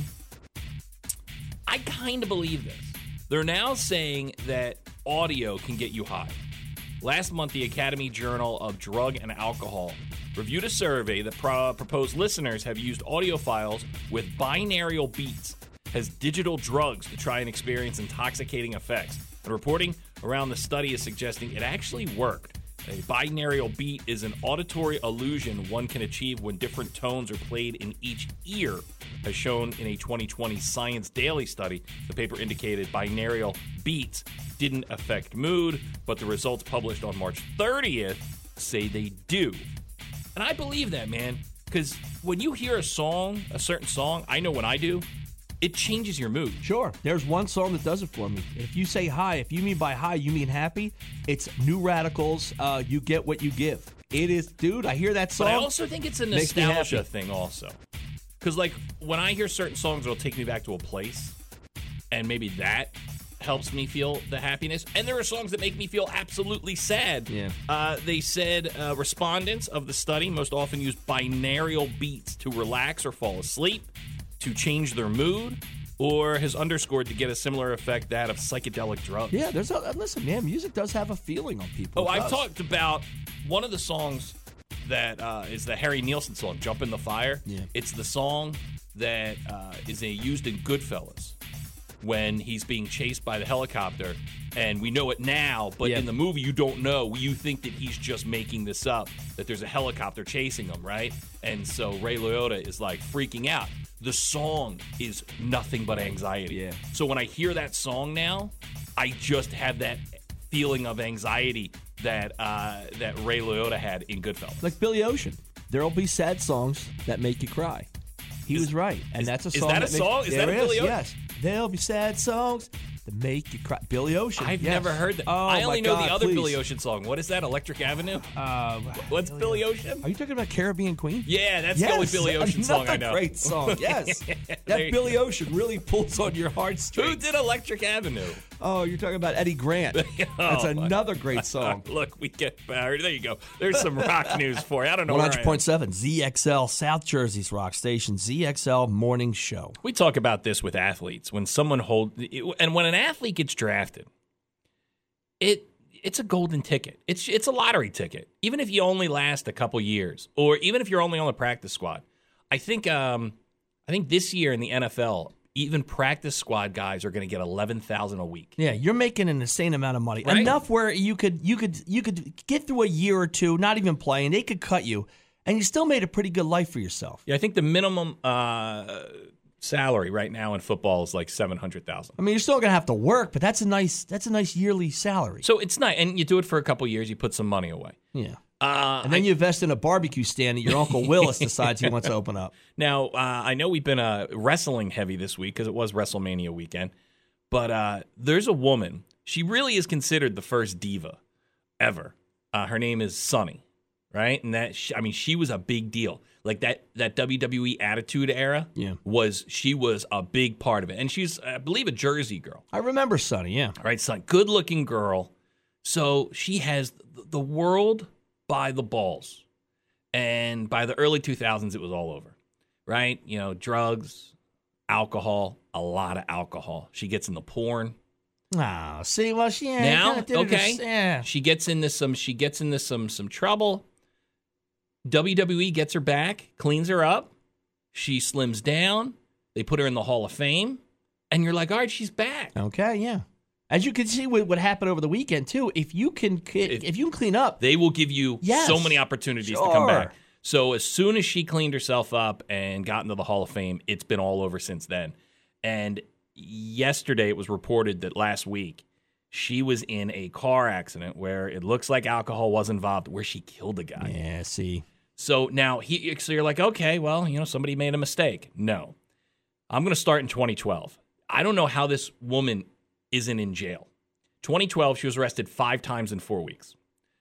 [SPEAKER 1] I kind of believe this. They're now saying that audio can get you high. Last month, the Academy Journal of Drug and Alcohol reviewed a survey that pro- proposed listeners have used audio files with binarial beats as digital drugs to try and experience intoxicating effects. And reporting around the study is suggesting it actually worked. A binarial beat is an auditory illusion one can achieve when different tones are played in each ear. As shown in a 2020 Science Daily study, the paper indicated binarial beats didn't affect mood, but the results published on March 30th say they do. And I believe that, man, because when you hear a song, a certain song, I know when I do, it changes your mood.
[SPEAKER 2] Sure. There's one song that does it for me. If you say hi, if you mean by hi, you mean happy, it's New Radicals, uh, You Get What You Give. It is, dude, I hear that song.
[SPEAKER 1] But I also think it's a
[SPEAKER 2] Makes me
[SPEAKER 1] nostalgia
[SPEAKER 2] happy.
[SPEAKER 1] thing, also. Because, like, when I hear certain songs, it'll take me back to a place, and maybe that helps me feel the happiness. And there are songs that make me feel absolutely sad.
[SPEAKER 2] Yeah.
[SPEAKER 1] Uh, they said uh, respondents of the study most often use binarial beats to relax or fall asleep, to change their mood, or has underscored to get a similar effect that of psychedelic drugs.
[SPEAKER 2] yeah, there's a, listen, man, music does have a feeling on people.
[SPEAKER 1] Oh,
[SPEAKER 2] It
[SPEAKER 1] I've
[SPEAKER 2] does.
[SPEAKER 1] talked about one of the songs that uh, is the Harry Nielsen song, "Jump in the Fire."
[SPEAKER 2] Yeah.
[SPEAKER 1] It's the song that uh, is uh, used in Goodfellas when he's being chased by the helicopter, and we know it now. But
[SPEAKER 2] Yeah.
[SPEAKER 1] in the movie, you don't know. You think that he's just making this up. That there's a helicopter chasing him, right? And so Ray Liotta is like freaking out. The song is nothing but anxiety.
[SPEAKER 2] Yeah.
[SPEAKER 1] So when I hear that song now, I just have that feeling of anxiety that uh, that Ray Liotta had in Goodfellas.
[SPEAKER 2] Like Billy Ocean, there'll be sad songs that make you cry. He was right, and
[SPEAKER 1] is-
[SPEAKER 2] that's a
[SPEAKER 1] is
[SPEAKER 2] song.
[SPEAKER 1] that a
[SPEAKER 2] makes-
[SPEAKER 1] song? Is that
[SPEAKER 2] There
[SPEAKER 1] a Billy Ocean?
[SPEAKER 2] Yes, there'll be sad songs that make you cry. Billy Ocean.
[SPEAKER 1] I've
[SPEAKER 2] yes.
[SPEAKER 1] never heard that.
[SPEAKER 2] Oh,
[SPEAKER 1] I
[SPEAKER 2] my
[SPEAKER 1] only know
[SPEAKER 2] God,
[SPEAKER 1] the other
[SPEAKER 2] please.
[SPEAKER 1] Billy Ocean song. What is that? Electric Avenue.
[SPEAKER 2] Uh,
[SPEAKER 1] What's Billy Ocean?
[SPEAKER 2] Are you talking about Caribbean Queen?
[SPEAKER 1] Yeah, that's
[SPEAKER 2] Yes,
[SPEAKER 1] the only Billy Ocean song I
[SPEAKER 2] another
[SPEAKER 1] know.
[SPEAKER 2] Great song, yes.
[SPEAKER 1] There you
[SPEAKER 2] that Billy Ocean really pulls on your
[SPEAKER 1] Who
[SPEAKER 2] heartstrings.
[SPEAKER 1] did Oh Electric Avenue?
[SPEAKER 2] Oh, you're talking about Eddie Grant. that's another great song.
[SPEAKER 1] Look, we get married. There you go. There's some rock news for you. I don't know.
[SPEAKER 2] One
[SPEAKER 1] where I
[SPEAKER 2] hundred
[SPEAKER 1] am.
[SPEAKER 2] point seven ZXL South Jersey's rock station ZXL Morning Show.
[SPEAKER 1] We talk about this with athletes when someone hold and when an athlete gets drafted, it it's a golden ticket. It's it's a lottery ticket. Even if you only last a couple years, or even if you're only on the practice squad, I think um I think this year in the NFL, even practice squad guys are going to get eleven thousand a week.
[SPEAKER 2] Yeah, you're making an insane amount of money.
[SPEAKER 1] Right.
[SPEAKER 2] Enough where you could you could you could get through a year or two not even playing. They could cut you, and you still made a pretty good life for yourself.
[SPEAKER 1] Yeah, I think the minimum uh, salary right now in football is like seven hundred thousand.
[SPEAKER 2] I mean, you're still gonna have to work, but that's a nice that's a nice yearly salary.
[SPEAKER 1] So it's nice, and you do it for a couple years. You put some money away.
[SPEAKER 2] yeah.
[SPEAKER 1] Uh,
[SPEAKER 2] And then you invest in a barbecue stand that your Uncle Willis decides he wants to open up.
[SPEAKER 1] Now, uh, I know we've been uh, wrestling heavy this week because it was WrestleMania weekend, but uh, there's a woman. She really is considered the first diva ever. Uh, her name is Sunny, right? And that she, I mean, she was a big deal. Like that that WWE Attitude Era
[SPEAKER 2] Yeah.
[SPEAKER 1] was she was a big part of it, and she's I believe a Jersey girl.
[SPEAKER 2] I remember Sonny, yeah.
[SPEAKER 1] All right, son, good looking girl. So she has th- the world by the balls. And by the early 2000s, it was all over, right? You know, drugs, alcohol, a lot of alcohol. She gets into porn.
[SPEAKER 2] Oh, see, well, she yeah,
[SPEAKER 1] now,
[SPEAKER 2] kinda did it
[SPEAKER 1] okay,
[SPEAKER 2] her- yeah.
[SPEAKER 1] she gets into some, she gets into some, some trouble. WWE gets her back, cleans her up. She slims down. They put her in the Hall of Fame, and you're like, all right, she's back.
[SPEAKER 2] Okay, yeah. As you can see, with what happened over the weekend too. If you can, ki-
[SPEAKER 1] If-
[SPEAKER 2] if, you can clean up,
[SPEAKER 1] They will give you
[SPEAKER 2] Yes.
[SPEAKER 1] so many opportunities to come back.
[SPEAKER 2] Sure.
[SPEAKER 1] So as soon as she cleaned herself up and got into the Hall of Fame, it's been all over since then. And yesterday it was reported that last week she was in a car accident where it looks like alcohol was involved, where she killed a guy.
[SPEAKER 2] yeah. See,
[SPEAKER 1] So now he, so you're like, okay, well, you know, somebody made a mistake. No, I'm going to start in 2012. I don't know how this woman isn't in jail. 2012, she was arrested five times in four weeks.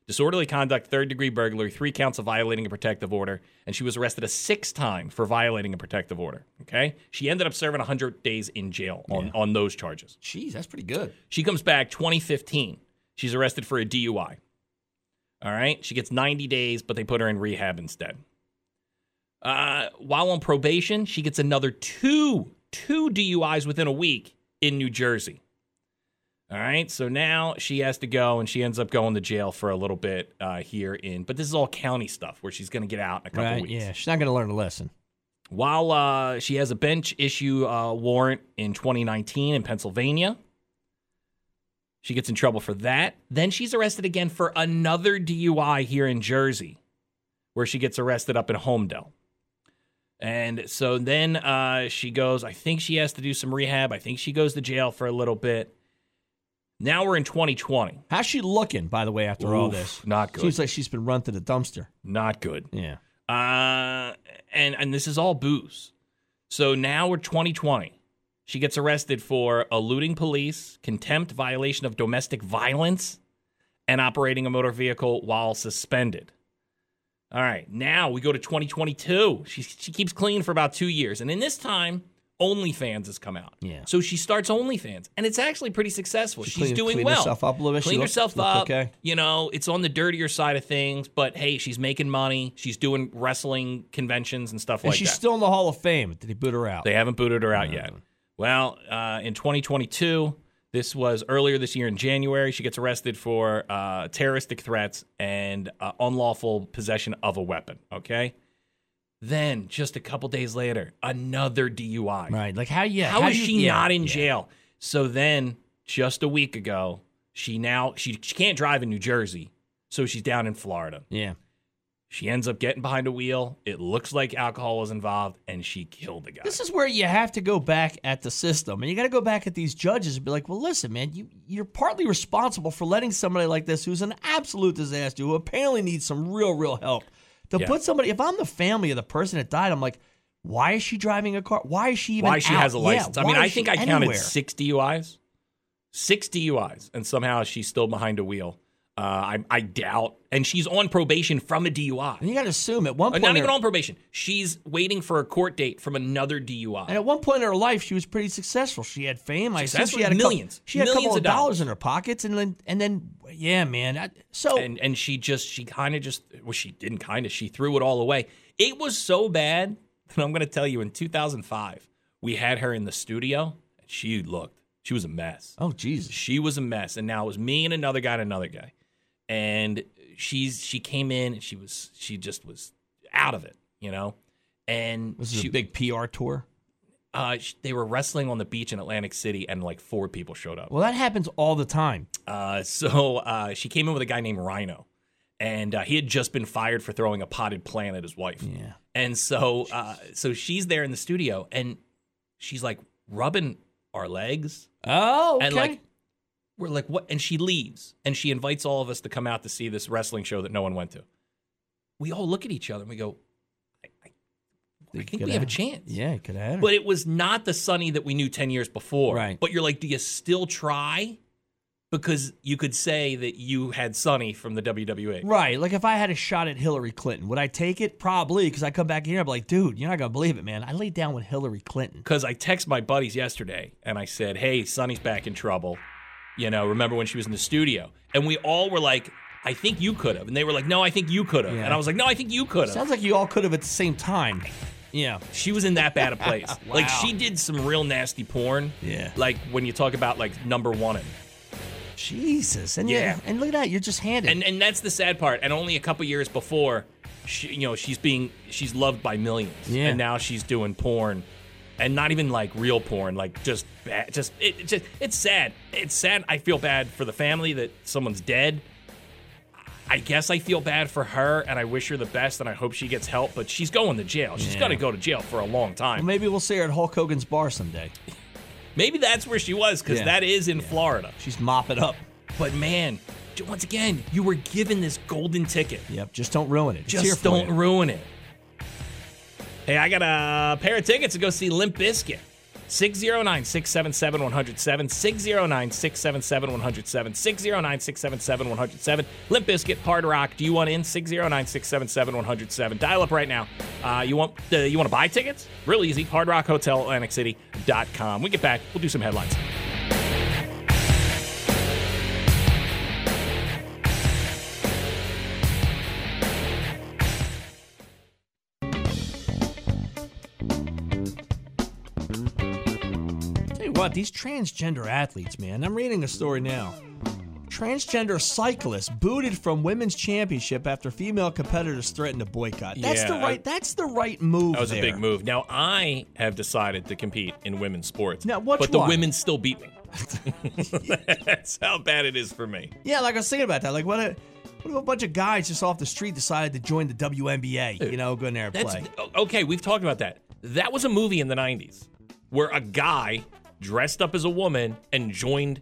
[SPEAKER 1] Disorderly conduct, third degree burglary, three counts of violating a protective order, and she was arrested a sixth time for violating a protective order. Okay. She ended up serving 100 days in jail on, on those charges.
[SPEAKER 2] jeez, that's pretty good.
[SPEAKER 1] She comes back 2015. She's arrested for a DUI. All right. She gets 90 days, but they put her in rehab instead. Uh, while on probation, she gets another two, two DUIs within a week in New Jersey. All right. So now she has to go and she ends up going to jail for a little bit uh, here in, but this is all county stuff where she's going to get out in a couple
[SPEAKER 2] Right?
[SPEAKER 1] weeks
[SPEAKER 2] Yeah, she's not going to learn a lesson.
[SPEAKER 1] while uh, she has a bench issue uh, warrant in 2019 in Pennsylvania. She gets in trouble for that. Then she's arrested again for another DUI here in Jersey, where she gets arrested up in Homedale. And so then uh, she goes, I think she has to do some rehab. I think she goes to jail for a little bit. Now we're in 2020.
[SPEAKER 2] How's she looking, by the way? After all
[SPEAKER 1] Oof,
[SPEAKER 2] this,
[SPEAKER 1] not good.
[SPEAKER 2] Seems like she's been run to the dumpster.
[SPEAKER 1] Not good.
[SPEAKER 2] Yeah.
[SPEAKER 1] Uh, and and this is all booze. So now we're 2020. She gets arrested for eluding police, contempt, violation of domestic violence, and operating a motor vehicle while suspended. All right, now we go to 2022. She she keeps clean for about two years, and in this time, OnlyFans has come out.
[SPEAKER 2] Yeah.
[SPEAKER 1] So she starts OnlyFans, and it's actually pretty successful.
[SPEAKER 2] She
[SPEAKER 1] She's
[SPEAKER 2] cleaned-
[SPEAKER 1] doing
[SPEAKER 2] cleaned
[SPEAKER 1] well.
[SPEAKER 2] herself up a little bit. She
[SPEAKER 1] Cleaned
[SPEAKER 2] looked-
[SPEAKER 1] herself
[SPEAKER 2] looked
[SPEAKER 1] up.
[SPEAKER 2] okay.
[SPEAKER 1] You know, it's on the dirtier side of things, but hey, she's making money. She's doing wrestling conventions and stuff
[SPEAKER 2] And
[SPEAKER 1] like
[SPEAKER 2] she's
[SPEAKER 1] that.
[SPEAKER 2] still in the Hall of Fame. Did he boot her out?
[SPEAKER 1] They haven't booted her out
[SPEAKER 2] No.
[SPEAKER 1] yet. Well, uh, in 2022, this was earlier this year in January, she gets arrested for uh, terroristic threats and uh, unlawful possession of a weapon. Okay. Then, just a couple days later, another DUI.
[SPEAKER 2] right. Like how? Yeah.
[SPEAKER 1] How is
[SPEAKER 2] you-
[SPEAKER 1] she
[SPEAKER 2] yeah,
[SPEAKER 1] not in
[SPEAKER 2] yeah.
[SPEAKER 1] jail? So then, just a week ago, she now she, she can't drive in New Jersey, so she's down in Florida.
[SPEAKER 2] Yeah.
[SPEAKER 1] She ends up getting behind a wheel. It looks like alcohol was involved, and she killed the guy.
[SPEAKER 2] This is where you have to go back at the system, and you got to go back at these judges and be like, "Well, listen, man, you you're partly responsible for letting somebody like this, who's an absolute disaster, who apparently needs some real, real help, to
[SPEAKER 1] Yeah.
[SPEAKER 2] put somebody." If I'm the family of the person that died, I'm like, "Why is she driving a car? Why is she even?
[SPEAKER 1] why she
[SPEAKER 2] out?
[SPEAKER 1] has a
[SPEAKER 2] Yeah,
[SPEAKER 1] license? I mean,
[SPEAKER 2] why
[SPEAKER 1] I
[SPEAKER 2] is
[SPEAKER 1] think
[SPEAKER 2] she
[SPEAKER 1] I counted
[SPEAKER 2] anywhere?
[SPEAKER 1] six DUIs, six DUIs, and somehow she's still behind a wheel. Uh, I, I doubt, and she's on probation from a DUI.
[SPEAKER 2] And you got to assume at one
[SPEAKER 1] Uh,
[SPEAKER 2] point,
[SPEAKER 1] Not
[SPEAKER 2] in
[SPEAKER 1] even
[SPEAKER 2] her-
[SPEAKER 1] on probation. She's waiting for a court date from another DUI.
[SPEAKER 2] and at one point in her life, she was pretty successful. She had fame. I assume
[SPEAKER 1] Successful?
[SPEAKER 2] she had a couple-
[SPEAKER 1] Millions.
[SPEAKER 2] she had a couple
[SPEAKER 1] Millions
[SPEAKER 2] of
[SPEAKER 1] of
[SPEAKER 2] dollars.
[SPEAKER 1] dollars.
[SPEAKER 2] in her pockets, and then and then yeah, man. I, so
[SPEAKER 1] and and she just she kind of just well she didn't kind of she threw it all away. It was so bad that I'm going to tell you in 2005 we had her in the studio and she looked she was a mess.
[SPEAKER 2] oh Jesus,
[SPEAKER 1] She was a mess and now it was me and another guy and another guy. And she's she came in and she was she just was out of it, you know. And
[SPEAKER 2] this is
[SPEAKER 1] she,
[SPEAKER 2] a big PR tour.
[SPEAKER 1] uh, sh they were wrestling on the beach in Atlantic City and like four people showed up.
[SPEAKER 2] Well, that happens all the time.
[SPEAKER 1] Uh, so uh, she came in with a guy named Rhino, and uh, he had just been fired for throwing a potted plant at his wife.
[SPEAKER 2] Yeah.
[SPEAKER 1] And so, uh, so she's there in the studio, and she's like rubbing our legs,
[SPEAKER 2] Oh,
[SPEAKER 1] and like we're like, what? And she leaves, and she invites all of us to come out to see this wrestling show that no one went to. we all look at each other and we go, I, I, I think
[SPEAKER 2] could
[SPEAKER 1] we have a
[SPEAKER 2] have-
[SPEAKER 1] chance.
[SPEAKER 2] Yeah, could have had her.
[SPEAKER 1] But it was not the Sonny that we knew 10 years before.
[SPEAKER 2] Right.
[SPEAKER 1] But you're like, do you still try? Because you could say that you had Sonny from the E. WWA.
[SPEAKER 2] Right. Like if I had a shot at Hillary Clinton, would I take it? Probably, because I come back here and I'm like, dude, you're not gonna believe it, man. I laid down with Hillary Clinton.
[SPEAKER 1] Because I text my buddies yesterday and I said, hey, Sonny's back in trouble. You know, remember when she was in the studio? And we all were like, I think you could have. And they were like, no, I think you could have.
[SPEAKER 2] Yeah.
[SPEAKER 1] And I was like, no, I think you could have.
[SPEAKER 2] Sounds like you all could have at the same time. Yeah.
[SPEAKER 1] she was in that bad a place. Like she did some real nasty porn.
[SPEAKER 2] Yeah.
[SPEAKER 1] Like when you talk about like number one.
[SPEAKER 2] Jesus. And yeah.
[SPEAKER 1] Yeah.
[SPEAKER 2] and look at that, you're just handed.
[SPEAKER 1] And and that's the sad part. And only a couple years before, she, you know, she's being she's loved by millions.
[SPEAKER 2] Yeah.
[SPEAKER 1] And now she's doing porn, and not even like real porn. Like just bad. Just it it just it's sad. It's sad. I feel bad for the family that someone's dead. I guess I feel bad for her, and I wish her the best, and I hope she gets help. But she's going to jail. She's gonna go to jail for a long time.
[SPEAKER 2] Well, maybe we'll see her at Hulk Hogan's bar someday.
[SPEAKER 1] Maybe that's where she was because
[SPEAKER 2] Yeah.
[SPEAKER 1] that is in Florida.
[SPEAKER 2] She's mopping up.
[SPEAKER 1] But man, j- once again, you were given this golden ticket.
[SPEAKER 2] Yep. Just don't ruin it. It's here
[SPEAKER 1] Just
[SPEAKER 2] for
[SPEAKER 1] don't
[SPEAKER 2] you.
[SPEAKER 1] ruin it. Hey, I got a pair of tickets to go see Limp Bizkit. 609 677 107. 609 677 107. 609 677 107. Limp Bizkit, Hard Rock. Do you want in? 609 677 107. Dial up right now. Uh, you want uh, you want to buy tickets? Real easy. HardRockHotelAtlanticCity.com. We get back. We'll do some headlines.
[SPEAKER 2] Tell you what, these transgender athletes, man. I'm reading a story now. Transgender cyclist booted from women's championship after female competitors threatened to boycott. That's
[SPEAKER 1] Yeah,
[SPEAKER 2] the
[SPEAKER 1] I-
[SPEAKER 2] right. that's the right move.
[SPEAKER 1] That was a
[SPEAKER 2] there.
[SPEAKER 1] big move. Now I have decided to compete in women's sports.
[SPEAKER 2] Now, which
[SPEAKER 1] but the
[SPEAKER 2] one?
[SPEAKER 1] women still beat me. That's how bad it is for me.
[SPEAKER 2] Yeah, like I was thinking about that. Like, what if, what if a bunch of guys just off the street decided to join the WNBA? You know, go in there and
[SPEAKER 1] That's
[SPEAKER 2] play.
[SPEAKER 1] okay. We've talked about that. That was a movie in the '90s where a guy dressed up as a woman and joined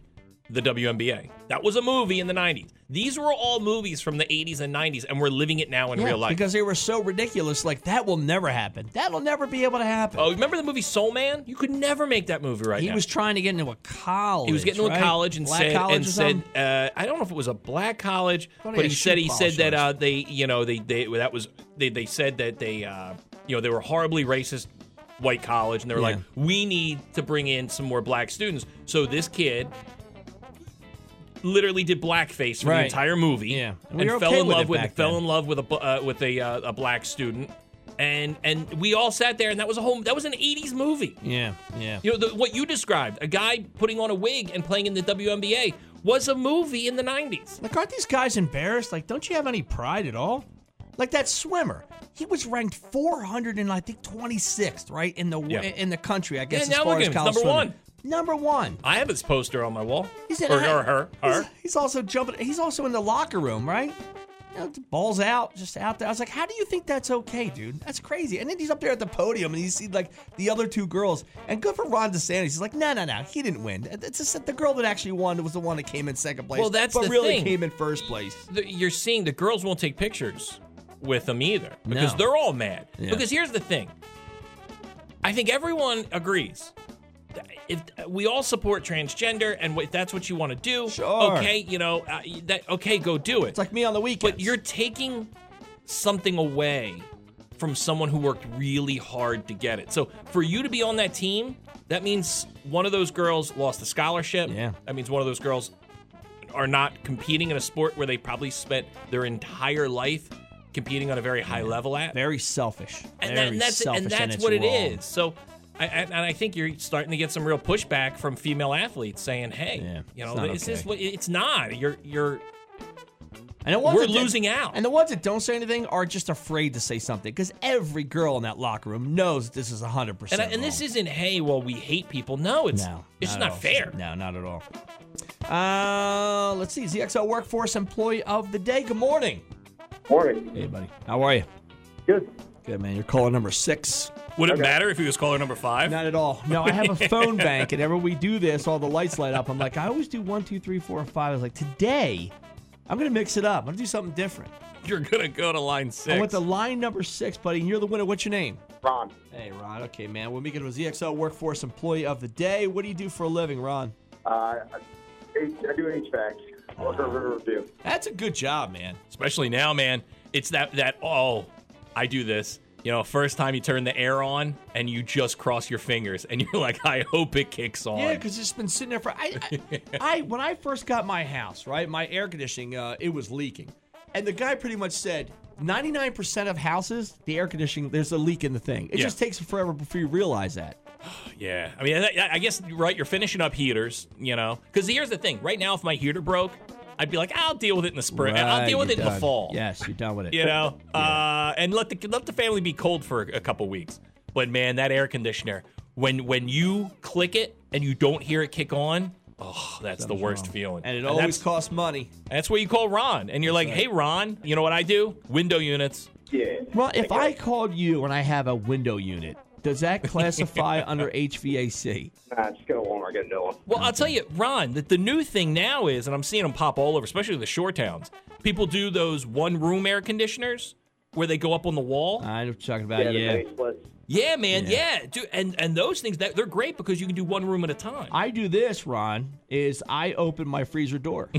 [SPEAKER 1] the WNBA. That was a movie in the '90s. These were all movies from the '80s and '90s, and we're living it now in
[SPEAKER 2] Yeah,
[SPEAKER 1] real life.
[SPEAKER 2] Because they were so ridiculous. Like, that will never happen. That'll never be able to happen.
[SPEAKER 1] oh, remember the movie Soul Man? You could never make that movie right
[SPEAKER 2] he
[SPEAKER 1] now.
[SPEAKER 2] was trying to get into a college.
[SPEAKER 1] He was getting to
[SPEAKER 2] right?
[SPEAKER 1] a college and
[SPEAKER 2] Black
[SPEAKER 1] said,
[SPEAKER 2] college
[SPEAKER 1] and
[SPEAKER 2] or
[SPEAKER 1] said
[SPEAKER 2] something?
[SPEAKER 1] uh, I don't know if it was a black college,
[SPEAKER 2] thought he
[SPEAKER 1] but
[SPEAKER 2] had
[SPEAKER 1] he said
[SPEAKER 2] shoe
[SPEAKER 1] he said
[SPEAKER 2] polish
[SPEAKER 1] that
[SPEAKER 2] on.
[SPEAKER 1] uh, they, you know, they they that was they they said that they, uh, you know, they were horribly racist white college, and they were
[SPEAKER 2] Yeah.
[SPEAKER 1] like, we need to bring in some more black students. So this kid literally did blackface for
[SPEAKER 2] Right.
[SPEAKER 1] the entire movie,
[SPEAKER 2] Yeah. And
[SPEAKER 1] and,
[SPEAKER 2] we were
[SPEAKER 1] fell
[SPEAKER 2] okay
[SPEAKER 1] in
[SPEAKER 2] with
[SPEAKER 1] love
[SPEAKER 2] it
[SPEAKER 1] with
[SPEAKER 2] back
[SPEAKER 1] fell
[SPEAKER 2] then.
[SPEAKER 1] in love with a bu- uh, with a uh, a black student, and and we all sat there, and that was a whole that was an '80s movie.
[SPEAKER 2] Yeah, yeah.
[SPEAKER 1] You know, the, what you described, a guy putting on a wig and playing in the WNBA, was a movie in the 90s.
[SPEAKER 2] Like, aren't these guys embarrassed? Like, don't you have any pride at all? Like that swimmer, he was ranked 400 and I think 26th, right in the
[SPEAKER 1] Yeah.
[SPEAKER 2] in the country. I guess
[SPEAKER 1] Yeah, now
[SPEAKER 2] as far
[SPEAKER 1] look
[SPEAKER 2] as
[SPEAKER 1] at him.
[SPEAKER 2] college
[SPEAKER 1] Number
[SPEAKER 2] swimming.
[SPEAKER 1] one.
[SPEAKER 2] number one.
[SPEAKER 1] I have his poster on my wall.
[SPEAKER 2] He's in
[SPEAKER 1] or,
[SPEAKER 2] a-
[SPEAKER 1] or her. her.
[SPEAKER 2] He's, he's also jumping. He's also in the locker room, right? You know, the balls out, just out there. I was like, how do you think that's okay, dude? That's crazy. And then he's up there at the podium, and you see like the other two girls. And good for Ron DeSantis. He's like, no, no, no, he didn't win. It's just that the girl that actually won was the one that came in second place.
[SPEAKER 1] Well, that's
[SPEAKER 2] but
[SPEAKER 1] the
[SPEAKER 2] really
[SPEAKER 1] thing.
[SPEAKER 2] came in first place.
[SPEAKER 1] The- you're seeing the girls won't take pictures with him either because
[SPEAKER 2] No.
[SPEAKER 1] they're all mad.
[SPEAKER 2] Yeah.
[SPEAKER 1] Because here's the thing I think everyone agrees. that If we all support transgender and if that's what you want to do,
[SPEAKER 2] Sure.
[SPEAKER 1] okay, you know, uh, that okay, go do it.
[SPEAKER 2] It's like me on the weekend.
[SPEAKER 1] But you're taking something away from someone who worked really hard to get it. So for you to be on that team, that means one of those girls lost a scholarship.
[SPEAKER 2] Yeah.
[SPEAKER 1] That means one of those girls are not competing in a sport where they probably spent their entire life competing on a very high level at.
[SPEAKER 2] very selfish.
[SPEAKER 1] and,
[SPEAKER 2] very
[SPEAKER 1] that- and that's
[SPEAKER 2] selfish,
[SPEAKER 1] and that's
[SPEAKER 2] it's
[SPEAKER 1] what it
[SPEAKER 2] wrong.
[SPEAKER 1] is. So I, I- and I think you're starting to get some real pushback from female athletes saying, "Hey,
[SPEAKER 2] Yeah,
[SPEAKER 1] you
[SPEAKER 2] it's
[SPEAKER 1] know,
[SPEAKER 2] not
[SPEAKER 1] this is
[SPEAKER 2] okay.
[SPEAKER 1] what it's not. You're you're
[SPEAKER 2] And the ones
[SPEAKER 1] We're
[SPEAKER 2] that-
[SPEAKER 1] losing out.
[SPEAKER 2] And the ones that don't say anything are just afraid to say something because every girl in that locker room knows this is hundred
[SPEAKER 1] And,
[SPEAKER 2] percent.
[SPEAKER 1] I, and this isn't hey, well, we hate people. No, it's
[SPEAKER 2] No,
[SPEAKER 1] it's just
[SPEAKER 2] at
[SPEAKER 1] not
[SPEAKER 2] all.
[SPEAKER 1] fair.
[SPEAKER 2] No, not at all. Uh, let's see. ZXL Workforce Employee of the Day. Good morning.
[SPEAKER 5] Morning.
[SPEAKER 2] Hey, buddy. How are you?
[SPEAKER 5] Good.
[SPEAKER 2] Good, man. You're caller number six.
[SPEAKER 1] Would it matter if he was caller number five?
[SPEAKER 2] Not at all. No, I have a phone bank, and whenever we do this, all the lights light up. I'm like, I always do one, two, three, four, and five. I was like, today, I'm gonna mix it up. I'm gonna do something different.
[SPEAKER 1] You're gonna go to line six.
[SPEAKER 2] I went to line number six, buddy. And you're the winner. What's your name?
[SPEAKER 5] Ron,
[SPEAKER 2] Hey, Ron. Okay, man. We're making him a ZXL Workforce Employee of the Day. What do you do for a living, Ron?
[SPEAKER 5] uh, I I do HVAC. Work at River View.
[SPEAKER 2] That's a good job, man.
[SPEAKER 1] Especially now, man. It's that that oh, I do this. You know, first time you turn the air on and you just cross your fingers and you're like, I hope it kicks on.
[SPEAKER 2] Yeah, because it's been sitting there for. I, I, I when I first got my house, right, my air conditioning, uh, it was leaking, and the guy pretty much said. 99% of houses, the air conditioning, there's a leak in the thing. It
[SPEAKER 1] Yeah.
[SPEAKER 2] just takes forever before you realize that.
[SPEAKER 1] Yeah. I mean, I, I guess right. You're finishing up heaters, you know. Because here's the thing. Right now, if my heater broke, I'd be like, I'll deal with it in the spring. I'll
[SPEAKER 2] Right,
[SPEAKER 1] deal with
[SPEAKER 2] you're
[SPEAKER 1] it in the
[SPEAKER 2] done.
[SPEAKER 1] fall.
[SPEAKER 2] Yes, you're done with it.
[SPEAKER 1] You know. Uh, and let the let the family be cold for a couple weeks. But man, that air conditioner. When when you click it and you don't hear it kick on, oh, that's the worst feeling.
[SPEAKER 2] And it
[SPEAKER 1] that's-
[SPEAKER 2] always costs money.
[SPEAKER 1] That's where you call Ron, and you're like, "Hey, Ron, you know what I do? Window units."
[SPEAKER 5] Yeah.
[SPEAKER 2] Well, if I called you and I have a window unit, does that classify under HVAC?
[SPEAKER 5] Nah, just go to Walmart, get a new one.
[SPEAKER 1] Well, I'll tell you, Ron, that the new thing now is, and I'm seeing them pop all over, especially the shore towns. People do those one-room air conditioners where they go up on the wall.
[SPEAKER 2] I know what you're talking about. Yeah.
[SPEAKER 5] the mini splits.
[SPEAKER 1] yeah, man, yeah, dude, and and those things that they're great because you can do one room at a time.
[SPEAKER 2] I do this, Ron, is I open my freezer door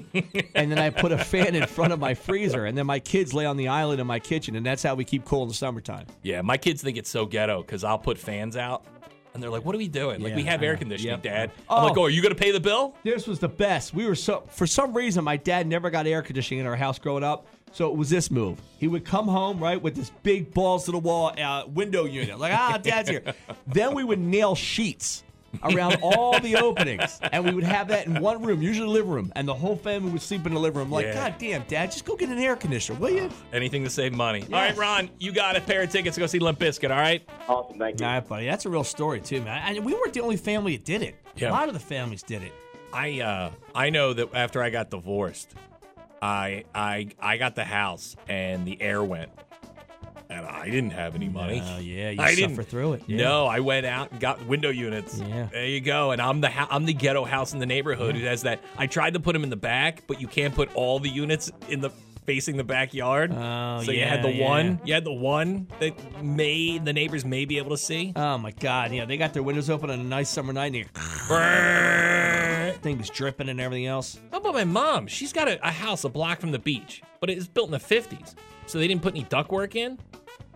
[SPEAKER 2] and then I put a fan in front of my freezer and then my kids lay on the island in my kitchen and that's how we keep cool in the summertime.
[SPEAKER 1] yeah, my kids think it's so ghetto because I'll put fans out, and they're like, "What are we doing? like,
[SPEAKER 2] Yeah,
[SPEAKER 1] we have
[SPEAKER 2] I
[SPEAKER 1] air
[SPEAKER 2] know.
[SPEAKER 1] conditioning,
[SPEAKER 2] Yep.
[SPEAKER 1] Dad."
[SPEAKER 2] Oh.
[SPEAKER 1] I'm like, "Oh, are you gonna pay the bill?"
[SPEAKER 2] This was the best. We were so for some reason my dad never got air conditioning in our house growing up. So it was this move. He would come home right with this big balls to the wall uh, window unit, like ah, dad's here. then we would nail sheets around all the openings, and we would have that in one room, usually the living room, and the whole family would sleep in the living room. Like,
[SPEAKER 1] Yeah.
[SPEAKER 2] god damn, dad, just go get an air conditioner, will you?
[SPEAKER 1] Anything to save money. All right,
[SPEAKER 2] Yes.
[SPEAKER 1] Ron, you got a pair of tickets to go see Limp Bizkit. All right.
[SPEAKER 5] Awesome, thank you.
[SPEAKER 2] All right, buddy, that's a real story too, man. And we weren't the only family that did it. A
[SPEAKER 1] Yeah.
[SPEAKER 2] lot of the families did it.
[SPEAKER 1] I uh I know that after I got divorced, I I I got the house and the air went. And I didn't have any money.
[SPEAKER 2] No, Oh, yeah, you
[SPEAKER 1] I
[SPEAKER 2] suffer
[SPEAKER 1] didn't
[SPEAKER 2] through it, yeah.
[SPEAKER 1] No, I went out and got window units.
[SPEAKER 2] Yeah.
[SPEAKER 1] there you go. And I'm the hou- I'm the ghetto house in the neighborhood who has that. I tried to put them in the back, but you can't put all the units in the facing the backyard.
[SPEAKER 2] Oh,
[SPEAKER 1] so you had the
[SPEAKER 2] yeah, yeah.
[SPEAKER 1] one, you had the one that may the neighbors may be able to see.
[SPEAKER 2] Oh my god, yeah, they got their windows open on a nice summer night, and you things dripping and everything else.
[SPEAKER 1] How about my mom? She's got a, a house a block from the beach, but it was built in the 50s, so they didn't put any ductwork in.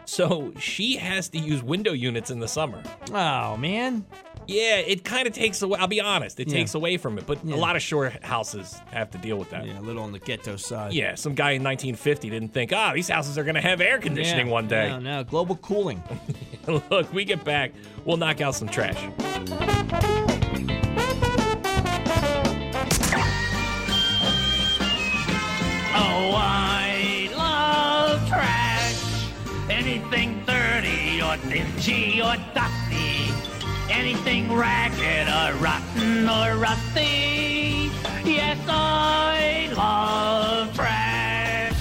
[SPEAKER 1] So she has to use window units in the summer.
[SPEAKER 2] Oh man,
[SPEAKER 1] Yeah, it kind of takes away. I'll be honest, it
[SPEAKER 2] Yeah.
[SPEAKER 1] takes away from it. But
[SPEAKER 2] Yeah.
[SPEAKER 1] a lot of shore houses have to deal with that.
[SPEAKER 2] yeah,
[SPEAKER 1] Yeah,
[SPEAKER 2] a little on the ghetto side.
[SPEAKER 1] some guy in 1950 didn't think, ah, these houses are gonna have air conditioning
[SPEAKER 2] Yeah,
[SPEAKER 1] one day.
[SPEAKER 2] No, no, global cooling.
[SPEAKER 1] Look, we get back, we'll knock out some trash.
[SPEAKER 6] Oh, I love trash. Anything dirty or dingy or dusty. Anything ragged or rotten or rusty. Yes, I love trash.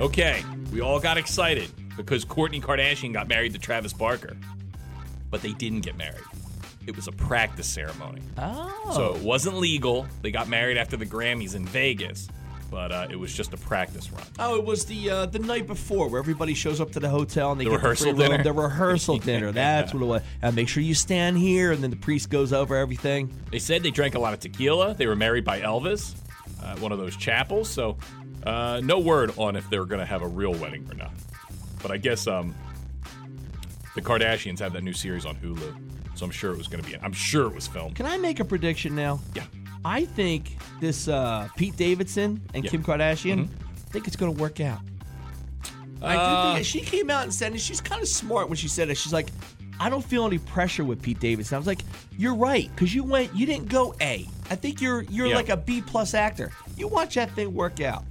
[SPEAKER 1] Okay, we all got excited because Courtney Kardashian got married to Travis Barker. But they didn't get married. It was a practice ceremony.
[SPEAKER 2] Oh,
[SPEAKER 1] So it wasn't legal. They got married after the Grammys in Vegas, but uh, it was just a practice run.
[SPEAKER 2] oh, it was the uh, the night before where everybody shows up to the hotel and they
[SPEAKER 1] The
[SPEAKER 2] get
[SPEAKER 1] rehearsal
[SPEAKER 2] free room,
[SPEAKER 1] dinner?
[SPEAKER 2] The rehearsal dinner. That's what it was. And make sure you stand here, and then the priest goes over everything.
[SPEAKER 1] They said they drank a lot of tequila. They were married by Elvis, uh, one of those chapels. So uh, no word on if they're going to have a real wedding or not. But I guess um, the Kardashians have that new series on Hulu, so I'm sure it was going to be. I'm sure it was filmed.
[SPEAKER 2] Can I make a prediction now?
[SPEAKER 1] Yeah.
[SPEAKER 2] I think this uh, Pete Davidson and
[SPEAKER 1] Yeah. Mm-hmm.
[SPEAKER 2] Kim Kardashian. I think it's going to work out.
[SPEAKER 1] Uh,
[SPEAKER 2] I do think she came out and said, and she's kind of smart when she said it. She's like, I don't feel any pressure with Pete Davidson. I was like, you're right, because you went, you didn't go A. I think you're you're
[SPEAKER 1] Yeah.
[SPEAKER 2] like a B plus actor. You watch that thing work out.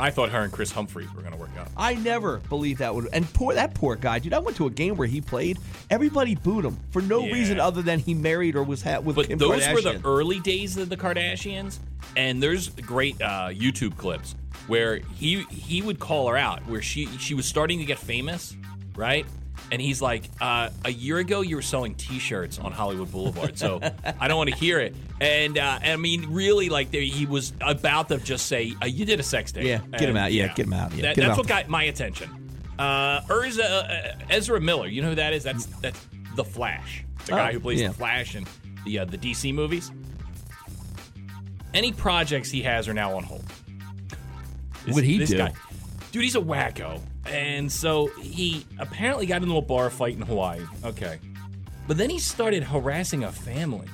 [SPEAKER 1] I thought her and Chris Humphries were going to work out.
[SPEAKER 2] I never believed that would. And poor that poor guy, dude. I went to a game where he played. Everybody booed him for no
[SPEAKER 1] Yeah.
[SPEAKER 2] reason other than he married or was ha- with
[SPEAKER 1] But
[SPEAKER 2] Kim
[SPEAKER 1] those were the
[SPEAKER 2] Kardashian.
[SPEAKER 1] early days of the Kardashians, and there's great uh, YouTube clips where he he would call her out, where she she was starting to get famous, right? And he's like, uh, a year ago, you were selling T-shirts on Hollywood Boulevard, so I don't want to hear it. And uh, I mean, really, like they- he was about to just say, uh, "You did a sex tape."
[SPEAKER 2] Yeah, get him
[SPEAKER 1] And,
[SPEAKER 2] out. Yeah, get him out. Yeah,
[SPEAKER 1] That-
[SPEAKER 2] get him out.
[SPEAKER 1] that's what got my attention. Uh, Urza, uh, Ezra Miller, you know who that is? That's that's the Flash, the guy
[SPEAKER 2] Oh,
[SPEAKER 1] who plays
[SPEAKER 2] yeah.
[SPEAKER 1] the Flash in the uh, the DC movies. Any projects he has are now on hold. This-
[SPEAKER 2] What'd he
[SPEAKER 1] this
[SPEAKER 2] do?
[SPEAKER 1] guy. Dude, he's a wacko. And so he apparently got into a bar fight in Hawaii. Okay. But then he started harassing a family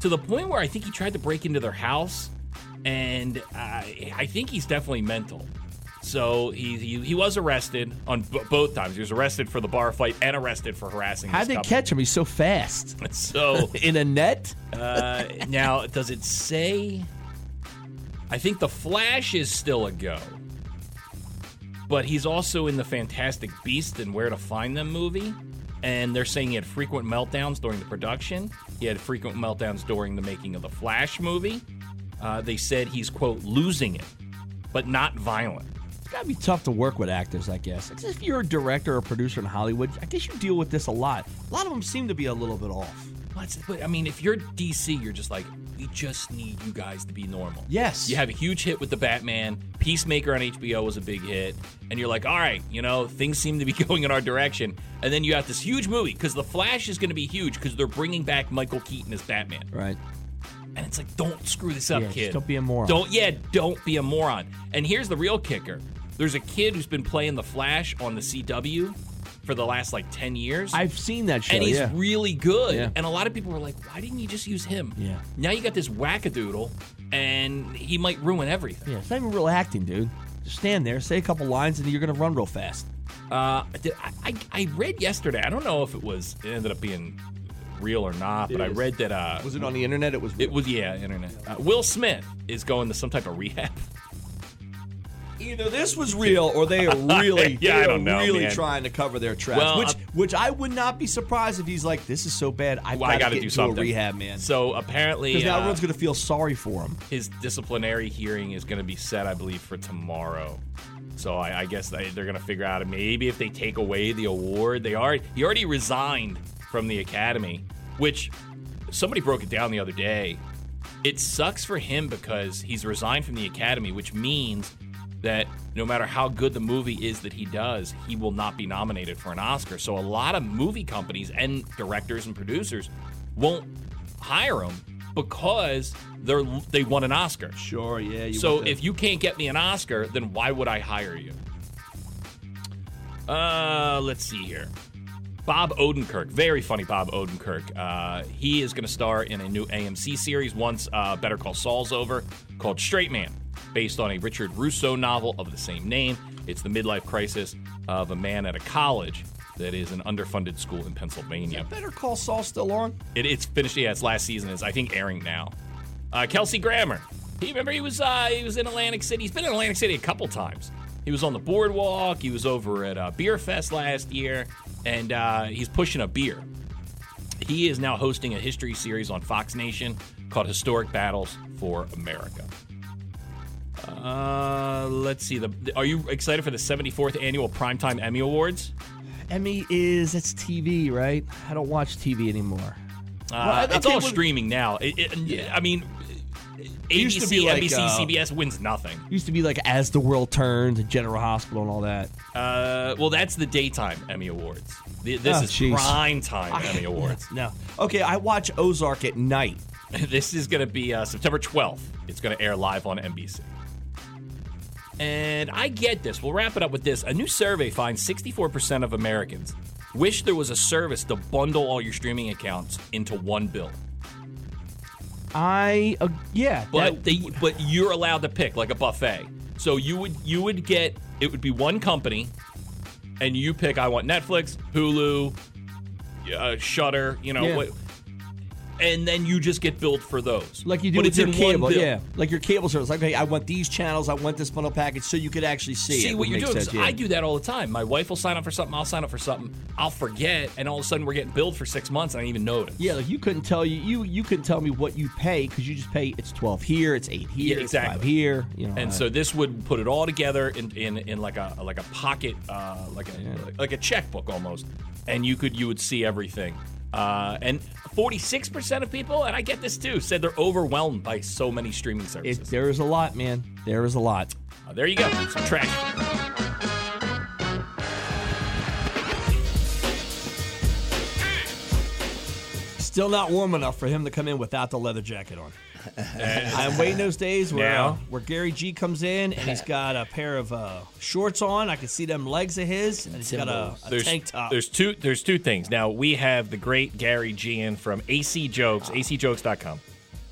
[SPEAKER 1] to the point where I think he tried to break into their house. And uh, I think he's definitely mental. So he, he he was arrested on b- both times. He was arrested for the bar fight and arrested for harassing.
[SPEAKER 2] How'd
[SPEAKER 1] this
[SPEAKER 2] they
[SPEAKER 1] couple.
[SPEAKER 2] catch him? He's so fast.
[SPEAKER 1] So
[SPEAKER 2] In a net?
[SPEAKER 1] uh, now, does it say? I think the Flash is still a go, but he's also in the Fantastic Beast and Where to Find Them movie. And they're saying he had frequent meltdowns during the production. He had frequent meltdowns during the making of the Flash movie. Uh, they said he's quote losing it, but not violent.
[SPEAKER 2] It's gotta be tough to work with actors, I guess. It's if you're a director or producer in Hollywood, I guess you deal with this a lot. A lot of them seem to be a little bit off.
[SPEAKER 1] What's but I mean, if you're DC, you're just like, we just need you guys to be normal.
[SPEAKER 2] Yes.
[SPEAKER 1] You have a huge hit with the Batman. Peacemaker on HBO was a big hit. And you're like, all right, you know, things seem to be going in our direction. And then you have this huge movie because The Flash is going to be huge because they're bringing back Michael Keaton as Batman.
[SPEAKER 2] Right.
[SPEAKER 1] And it's like, don't screw this up,
[SPEAKER 2] Yeah, just
[SPEAKER 1] kid.
[SPEAKER 2] don't be a moron.
[SPEAKER 1] Don't, yeah, don't be a moron. And here's the real kicker there's a kid who's been playing The Flash on the CW for the last like 10 years
[SPEAKER 2] I've seen that show.
[SPEAKER 1] and he's
[SPEAKER 2] yeah.
[SPEAKER 1] really good.
[SPEAKER 2] Yeah.
[SPEAKER 1] And a lot of people were like, "Why didn't you just use him?"
[SPEAKER 2] Yeah.
[SPEAKER 1] Now you got this wackadoodle, and he might ruin everything.
[SPEAKER 2] yeah. It's not even real acting, dude. Just stand there, say a couple lines, and you're gonna run real fast.
[SPEAKER 1] Uh, did- I, I I read yesterday. I don't know if it was it ended up being real or not, but I
[SPEAKER 2] is.
[SPEAKER 1] read that uh,
[SPEAKER 2] it on the internet? It was.
[SPEAKER 1] it was yeah, internet. Uh, Will Smith is going to some type of rehab.
[SPEAKER 2] either this was real or they are really,
[SPEAKER 1] Yeah,
[SPEAKER 2] they
[SPEAKER 1] I don't
[SPEAKER 2] are
[SPEAKER 1] know,
[SPEAKER 2] really
[SPEAKER 1] man.
[SPEAKER 2] trying to cover their tracks.
[SPEAKER 1] Well,
[SPEAKER 2] which,
[SPEAKER 1] I-
[SPEAKER 2] which I would not be surprised if he's like, "This is so bad, I've
[SPEAKER 1] Well, I
[SPEAKER 2] got
[SPEAKER 1] gotta
[SPEAKER 2] to
[SPEAKER 1] do
[SPEAKER 2] get to
[SPEAKER 1] something.
[SPEAKER 2] a rehab, man."
[SPEAKER 1] So apparently,
[SPEAKER 2] because now
[SPEAKER 1] uh,
[SPEAKER 2] everyone's gonna feel sorry for him.
[SPEAKER 1] his disciplinary hearing is going to be set, I believe, for tomorrow. So I, I guess they, they're going to figure out maybe if they take away the award. They already he already resigned from the academy, which somebody broke it down the other day. It sucks for him because he's resigned from the academy, which means that no matter how good the movie is that he does, he will not be nominated for an Oscar. So a lot of movie companies and directors and producers won't hire him because they're they want an Oscar.
[SPEAKER 2] Sure, yeah. You
[SPEAKER 1] So if you can't get me an Oscar, then why would I hire you? Uh, let's see here. Bob Odenkirk, very funny Bob Odenkirk. Uh, he is going to star in a new AMC series once uh, Better Call Saul's over called Straight Man, based on a Richard Russo novel of the same name. It's the midlife crisis of a man at a college that is an underfunded school in Pennsylvania.
[SPEAKER 2] Better Call Saul still on?
[SPEAKER 1] It, it's finished. Yeah, its last season is I think airing now. Uh, Kelsey Grammer. He remember he was uh, he was in Atlantic City. He's been in Atlantic City a couple times. He was on the boardwalk. He was over at uh, Beer Fest last year, and uh, he's pushing a beer. He is now hosting a history series on Fox Nation called Historic Battles for America. Uh, let's see. The, the- are you excited for the 74th annual Primetime Emmy Awards?
[SPEAKER 2] Emmy is it's TV, right? I don't watch TV anymore.
[SPEAKER 1] Uh,
[SPEAKER 2] Well,
[SPEAKER 1] it's
[SPEAKER 2] okay,
[SPEAKER 1] all
[SPEAKER 2] well-
[SPEAKER 1] streaming now. It- it- I mean,
[SPEAKER 2] used to
[SPEAKER 1] ABC,
[SPEAKER 2] be like,
[SPEAKER 1] NBC,
[SPEAKER 2] uh,
[SPEAKER 1] CBS wins nothing.
[SPEAKER 2] Used to be like As the World Turns and General Hospital and all that.
[SPEAKER 1] Uh, well, that's the daytime Emmy Awards. The- This
[SPEAKER 2] Oh,
[SPEAKER 1] is
[SPEAKER 2] jeez.
[SPEAKER 1] prime time Emmy Awards.
[SPEAKER 2] No. Okay, I watch Ozark at night.
[SPEAKER 1] this is going to be uh, September 12th. It's going to air live on NBC. And I get this. We'll wrap it up with this. A new survey finds 64% of Americans wish there was a service to bundle all your streaming accounts into one bill.
[SPEAKER 2] I uh, yeah, that-
[SPEAKER 1] but they but you're allowed to pick like a buffet. So you would you would get it would be one company, and you pick I want Netflix, Hulu, uh, Shutter, you know
[SPEAKER 2] Yeah.
[SPEAKER 1] what. and then you just get billed for those.
[SPEAKER 2] Like you do
[SPEAKER 1] but
[SPEAKER 2] with
[SPEAKER 1] it's
[SPEAKER 2] your
[SPEAKER 1] in one
[SPEAKER 2] cable,
[SPEAKER 1] bill.
[SPEAKER 2] yeah. Like your cable service. Like, hey, I want these channels. I want this funnel package, so you could actually see. it.
[SPEAKER 1] See
[SPEAKER 2] It
[SPEAKER 1] what
[SPEAKER 2] would
[SPEAKER 1] you're
[SPEAKER 2] make
[SPEAKER 1] doing. 'cause
[SPEAKER 2] sense, yeah.
[SPEAKER 1] I do that all the time. My wife will sign up for something. I'll sign up for something. I'll forget, and all of a sudden we're getting billed for six months. And I don't even notice.
[SPEAKER 2] Yeah, like you couldn't tell you you you couldn't tell me what you pay because you just pay. It's twelve here. It's eight here.
[SPEAKER 1] Yeah,
[SPEAKER 2] it's
[SPEAKER 1] exactly.
[SPEAKER 2] five here. You know,
[SPEAKER 1] And
[SPEAKER 2] uh,
[SPEAKER 1] so this would put it all together in in, in like a like a pocket uh, like a like a checkbook almost, and you could you would see everything. Uh, and forty six percent of people, and I get this too, said they're overwhelmed by so many streaming
[SPEAKER 2] it,
[SPEAKER 1] services.
[SPEAKER 2] there is a lot, man. There is a lot.
[SPEAKER 1] Uh, there you go, some trash.
[SPEAKER 2] Still not warm enough for him to come in without the leather jacket on. I'm waiting those days where
[SPEAKER 1] Now.
[SPEAKER 2] uh, where Gary G comes in and he's got a pair of uh, shorts on. I can see them legs of his, and he's got a, a
[SPEAKER 1] There's,
[SPEAKER 2] tank top.
[SPEAKER 1] there's two there's two things. Now we have the great Gary Gian from AC Jokes, acjokes.com.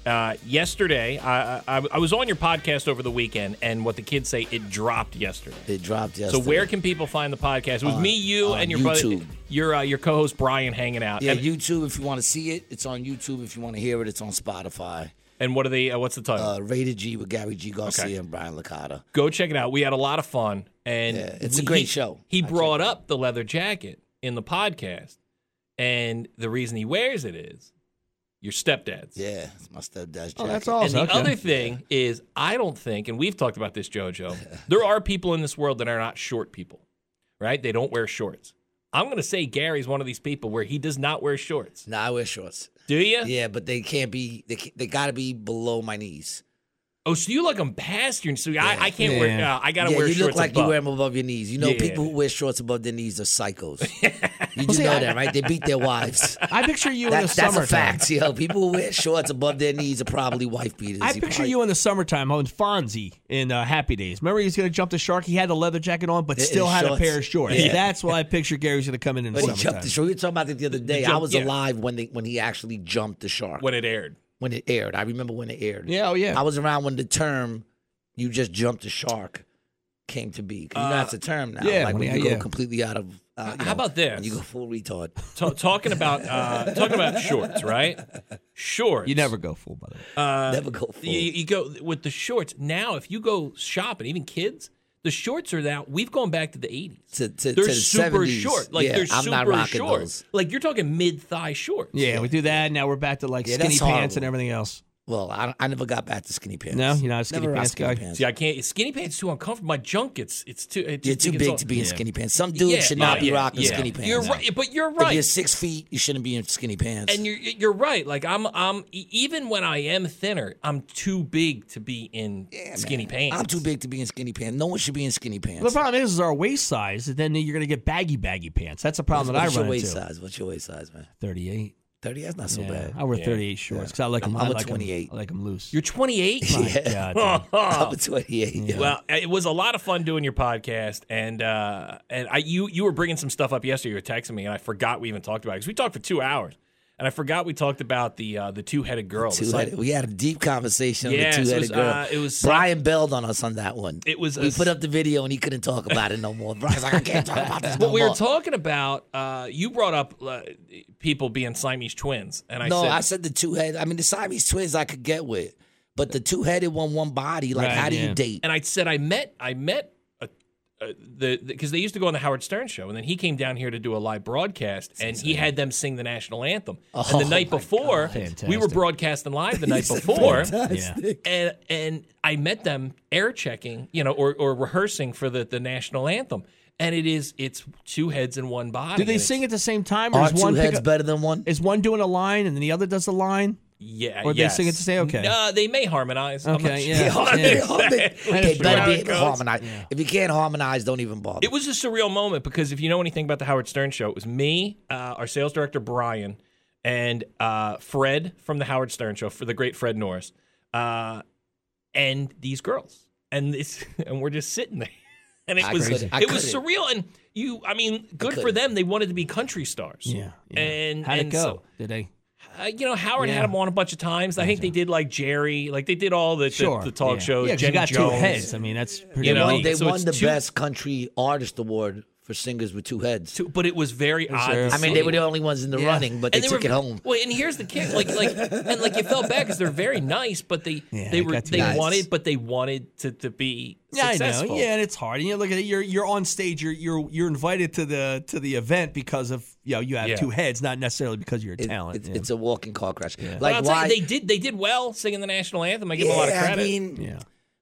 [SPEAKER 1] Uh, yesterday, I, I I was on your podcast over the weekend, and what the kids say, it dropped yesterday.
[SPEAKER 7] It dropped
[SPEAKER 1] So
[SPEAKER 7] yesterday.
[SPEAKER 1] where can people find the podcast? It was me, you,
[SPEAKER 7] Uh, on
[SPEAKER 1] and your
[SPEAKER 7] YouTube.
[SPEAKER 1] brother, your uh, your co-host Brian hanging out.
[SPEAKER 7] Yeah,
[SPEAKER 1] and,
[SPEAKER 7] YouTube. If you want to see it, it's on YouTube. If you want to hear it, it's on Spotify.
[SPEAKER 1] and what are they? Uh, what's the title?
[SPEAKER 7] Uh, Rated G with Gary G Garcia
[SPEAKER 1] Okay.
[SPEAKER 7] and Brian Licata.
[SPEAKER 1] Go check it out. We had a lot of fun, and
[SPEAKER 7] Yeah, it's a
[SPEAKER 1] we-
[SPEAKER 7] great
[SPEAKER 1] he-
[SPEAKER 7] show.
[SPEAKER 1] He
[SPEAKER 7] I
[SPEAKER 1] brought
[SPEAKER 7] checked it
[SPEAKER 1] up the leather jacket in the podcast, and the reason he wears it is your stepdad's.
[SPEAKER 7] Yeah, it's my stepdad's jacket.
[SPEAKER 2] oh, that's
[SPEAKER 1] And
[SPEAKER 2] awesome.
[SPEAKER 1] the
[SPEAKER 2] Okay.
[SPEAKER 1] other thing is, I don't think, and we've talked about this, JoJo, there are people in this world that are not short people, right? They don't wear shorts. I'm going to say Gary's one of these people where he does not wear shorts.
[SPEAKER 7] Nah, I wear shorts.
[SPEAKER 1] Do you?
[SPEAKER 7] Yeah, but they can't be. They ca- they gotta be below my knees.
[SPEAKER 1] Oh, so you like them past your so I, I can't wear.
[SPEAKER 2] Yeah.
[SPEAKER 1] Uh, I gotta
[SPEAKER 7] yeah,
[SPEAKER 1] wear
[SPEAKER 7] you
[SPEAKER 1] shorts
[SPEAKER 7] look like
[SPEAKER 1] above.
[SPEAKER 7] you wear them above your knees. You know,
[SPEAKER 1] Yeah.
[SPEAKER 7] people who wear shorts above their knees are psychos. you do
[SPEAKER 2] see,
[SPEAKER 7] know
[SPEAKER 2] I-
[SPEAKER 7] that, right? They beat their wives.
[SPEAKER 2] I picture you in the
[SPEAKER 7] That, that's
[SPEAKER 2] summertime.
[SPEAKER 7] a fact, yo. People who wear shorts above their knees are probably wife beaters.
[SPEAKER 2] I picture
[SPEAKER 7] probably-
[SPEAKER 2] you in the summertime on Fonzie in uh, Happy Days. Remember, he was going to jump the shark. He had the leather jacket on, but
[SPEAKER 7] And
[SPEAKER 2] still had
[SPEAKER 7] shorts.
[SPEAKER 2] a pair of shorts.
[SPEAKER 7] Yeah.
[SPEAKER 2] That's why I picture Gary's going to come in in the
[SPEAKER 7] But he
[SPEAKER 2] summertime.
[SPEAKER 7] jumped the shark. We were talking about that the other day. I
[SPEAKER 1] jump,
[SPEAKER 7] was
[SPEAKER 1] yeah.
[SPEAKER 7] alive when they, when he actually jumped the shark.
[SPEAKER 1] when it aired.
[SPEAKER 7] when it aired. I remember when it aired.
[SPEAKER 2] Yeah, oh yeah.
[SPEAKER 7] I was around when the term "you just jumped the shark" came to be. 'Cause you know, that's a term now.
[SPEAKER 2] yeah,
[SPEAKER 7] like
[SPEAKER 2] when
[SPEAKER 7] when,
[SPEAKER 2] he-
[SPEAKER 7] you go
[SPEAKER 2] yeah.
[SPEAKER 7] completely out of. Uh, you
[SPEAKER 1] Uh, How
[SPEAKER 7] know,
[SPEAKER 1] about this?
[SPEAKER 7] when You go full retard.
[SPEAKER 1] Ta- talking about uh, talking about shorts, right? Shorts.
[SPEAKER 2] you never go full, by the way.
[SPEAKER 7] Uh, Never go full.
[SPEAKER 1] Uh, You, you go with the shorts. Now, if you go shopping, even kids, the shorts are now. We've gone back to the '80s.
[SPEAKER 7] To- to-
[SPEAKER 1] they're
[SPEAKER 7] to the
[SPEAKER 1] super
[SPEAKER 7] 70s.
[SPEAKER 1] short. Like
[SPEAKER 7] Yeah,
[SPEAKER 1] they're
[SPEAKER 7] I'm
[SPEAKER 1] super
[SPEAKER 7] not rocking
[SPEAKER 1] short.
[SPEAKER 7] those.
[SPEAKER 1] Like you're talking mid-thigh shorts.
[SPEAKER 2] yeah, we do that. Now we're back to like
[SPEAKER 7] Yeah,
[SPEAKER 2] skinny
[SPEAKER 7] that's
[SPEAKER 2] pants and
[SPEAKER 7] horrible.
[SPEAKER 2] everything else.
[SPEAKER 7] well, I, I never got back to skinny pants.
[SPEAKER 2] No, you're not a skinny
[SPEAKER 7] never rocked
[SPEAKER 2] pants guy?
[SPEAKER 1] See, I can't. Skinny pants too uncomfortable. My junk gets. It's too. It
[SPEAKER 7] You're
[SPEAKER 1] just
[SPEAKER 7] too
[SPEAKER 1] gets
[SPEAKER 7] big
[SPEAKER 1] all-
[SPEAKER 7] to be in
[SPEAKER 2] Yeah.
[SPEAKER 7] skinny pants. Some dudes
[SPEAKER 1] Yeah,
[SPEAKER 7] should
[SPEAKER 1] yeah,
[SPEAKER 7] not be
[SPEAKER 1] yeah,
[SPEAKER 7] rocking
[SPEAKER 1] yeah.
[SPEAKER 7] skinny pants.
[SPEAKER 1] You're right, but you're
[SPEAKER 7] If
[SPEAKER 1] right.
[SPEAKER 7] you're six feet, you shouldn't be in skinny pants.
[SPEAKER 1] And you're you're right. Like I'm I'm e- even when I am thinner, I'm too big to be in skinny pants.
[SPEAKER 7] I'm too big to be in skinny pants. No one should be in skinny pants.
[SPEAKER 2] The problem is, is our waist size. Then you're going to get baggy, baggy pants. That's a problem that I
[SPEAKER 7] What's your
[SPEAKER 2] run
[SPEAKER 7] waist
[SPEAKER 2] into.
[SPEAKER 7] size? What's your waist size, man?
[SPEAKER 2] 38.
[SPEAKER 7] 30? That's not so
[SPEAKER 2] Yeah,
[SPEAKER 7] bad.
[SPEAKER 2] I wear 38 shorts because I like
[SPEAKER 7] I'm-
[SPEAKER 2] them.
[SPEAKER 7] I'm
[SPEAKER 2] I
[SPEAKER 7] a
[SPEAKER 2] like 'em-
[SPEAKER 7] 28.
[SPEAKER 2] I like them loose.
[SPEAKER 1] You're 28.
[SPEAKER 2] yeah. God, dude.
[SPEAKER 7] I'm a 28. yo.
[SPEAKER 1] Oh. Well, it was a lot of fun doing your podcast, and uh, and I you you were bringing some stuff up yesterday. You were texting me, and I forgot we even talked about it because we talked for two hours, and I forgot we talked about the uh, the two headed girl. It's like-
[SPEAKER 7] Two-headed. we had a deep conversation
[SPEAKER 1] Yes, it
[SPEAKER 7] on the
[SPEAKER 1] was,
[SPEAKER 7] two-headed girl.
[SPEAKER 1] uh, it was-
[SPEAKER 7] Brian bailed on us on that one.
[SPEAKER 1] It was a
[SPEAKER 7] we
[SPEAKER 1] s-
[SPEAKER 7] put up the video and he couldn't talk about it no more. Brian's like, I can't talk about this.
[SPEAKER 1] But
[SPEAKER 7] no
[SPEAKER 1] we were
[SPEAKER 7] more."
[SPEAKER 1] talking about uh, you brought up uh, people being Siamese twins, and I
[SPEAKER 7] no,
[SPEAKER 1] said
[SPEAKER 7] I said the two-headed. I mean, the Siamese twins I could get with, but the two-headed one, one body. Like,
[SPEAKER 2] Right,
[SPEAKER 7] how do
[SPEAKER 2] yeah.
[SPEAKER 7] you date?
[SPEAKER 1] and I said I met I met a, a, the because they used to go on the Howard Stern show, and then he came down here to do a live broadcast, and he had them sing the national anthem. and the night before, we were
[SPEAKER 2] Oh Fantastic.
[SPEAKER 1] broadcasting live the night before,
[SPEAKER 2] Yeah.
[SPEAKER 1] and and I met them air checking, you know, or, or rehearsing for the the national anthem, and it is it's two heads in one body.
[SPEAKER 2] Do they sing at the same time, or
[SPEAKER 7] Are
[SPEAKER 2] is
[SPEAKER 7] two
[SPEAKER 2] one pick
[SPEAKER 7] heads
[SPEAKER 2] up-
[SPEAKER 7] better than one?
[SPEAKER 2] is one doing a line and then the other does the line?
[SPEAKER 1] Yeah,
[SPEAKER 2] Or they sing
[SPEAKER 1] yes.
[SPEAKER 2] it to say, okay.
[SPEAKER 1] Uh, they may harmonize. I'm not
[SPEAKER 2] Okay,
[SPEAKER 1] sure.
[SPEAKER 2] yeah.
[SPEAKER 7] They are- they are- they- They
[SPEAKER 1] sure how
[SPEAKER 7] better be
[SPEAKER 1] it
[SPEAKER 7] able to
[SPEAKER 1] goes.
[SPEAKER 7] harmonize. If you can't harmonize, don't even bother.
[SPEAKER 1] It was a surreal moment because if you know anything about the Howard Stern show, it was me, uh, our sales director Brian, and uh, Fred from the Howard Stern show for the great Fred Norris, uh, and these girls, and this, and we're just sitting there, and it
[SPEAKER 7] I
[SPEAKER 1] was
[SPEAKER 7] couldn't- I
[SPEAKER 1] it was
[SPEAKER 7] couldn't.
[SPEAKER 1] surreal, and you, I mean, good for
[SPEAKER 7] couldn't.
[SPEAKER 1] them. They wanted to be country stars,
[SPEAKER 2] Yeah. yeah.
[SPEAKER 1] and
[SPEAKER 2] how'd
[SPEAKER 1] and
[SPEAKER 2] it go?
[SPEAKER 1] so-
[SPEAKER 2] Did they?
[SPEAKER 1] uh, you know, Howard
[SPEAKER 2] Yeah.
[SPEAKER 1] had him on a bunch of times. I think they did like Jerry, like they did all the the-
[SPEAKER 2] Sure.
[SPEAKER 1] the, talk
[SPEAKER 2] yeah.
[SPEAKER 1] shows.
[SPEAKER 2] Yeah, 'cause
[SPEAKER 1] Jenny
[SPEAKER 2] you got
[SPEAKER 1] Jones.
[SPEAKER 2] two heads. I mean, that's pretty.
[SPEAKER 1] You know,
[SPEAKER 7] Well,
[SPEAKER 1] Right,
[SPEAKER 7] they
[SPEAKER 1] so
[SPEAKER 7] won
[SPEAKER 1] it's
[SPEAKER 7] the
[SPEAKER 1] two-
[SPEAKER 7] best country artist award for singers with two heads.
[SPEAKER 1] Two, but it was very odd. to
[SPEAKER 7] I mean, they
[SPEAKER 1] see.
[SPEAKER 7] were the only ones in the
[SPEAKER 1] Yeah.
[SPEAKER 7] running, but they,
[SPEAKER 1] And
[SPEAKER 7] took
[SPEAKER 1] were-
[SPEAKER 7] it home.
[SPEAKER 1] Well, and here's the kick, like, like, and like, you felt bad because they're very nice, but they,
[SPEAKER 2] Yeah,
[SPEAKER 1] they
[SPEAKER 2] it
[SPEAKER 1] were,
[SPEAKER 2] got too
[SPEAKER 1] they
[SPEAKER 2] nice.
[SPEAKER 1] wanted, but they wanted to, to be
[SPEAKER 2] Yeah,
[SPEAKER 1] successful.
[SPEAKER 2] I know. Yeah, and it's hard. And you know, look at it. You're you're on stage. You're you're you're invited to the to the event because of you know you have
[SPEAKER 1] Yeah.
[SPEAKER 2] two heads, not necessarily because of your
[SPEAKER 7] It-
[SPEAKER 2] talent.
[SPEAKER 7] it's,
[SPEAKER 2] yeah.
[SPEAKER 7] it's a walking car crash.
[SPEAKER 1] But
[SPEAKER 7] Like
[SPEAKER 1] I'll
[SPEAKER 7] why?
[SPEAKER 1] tell you, they did, they did well singing the national anthem. I give them a lot of
[SPEAKER 7] Yeah,
[SPEAKER 1] credit.
[SPEAKER 7] I mean,
[SPEAKER 2] yeah.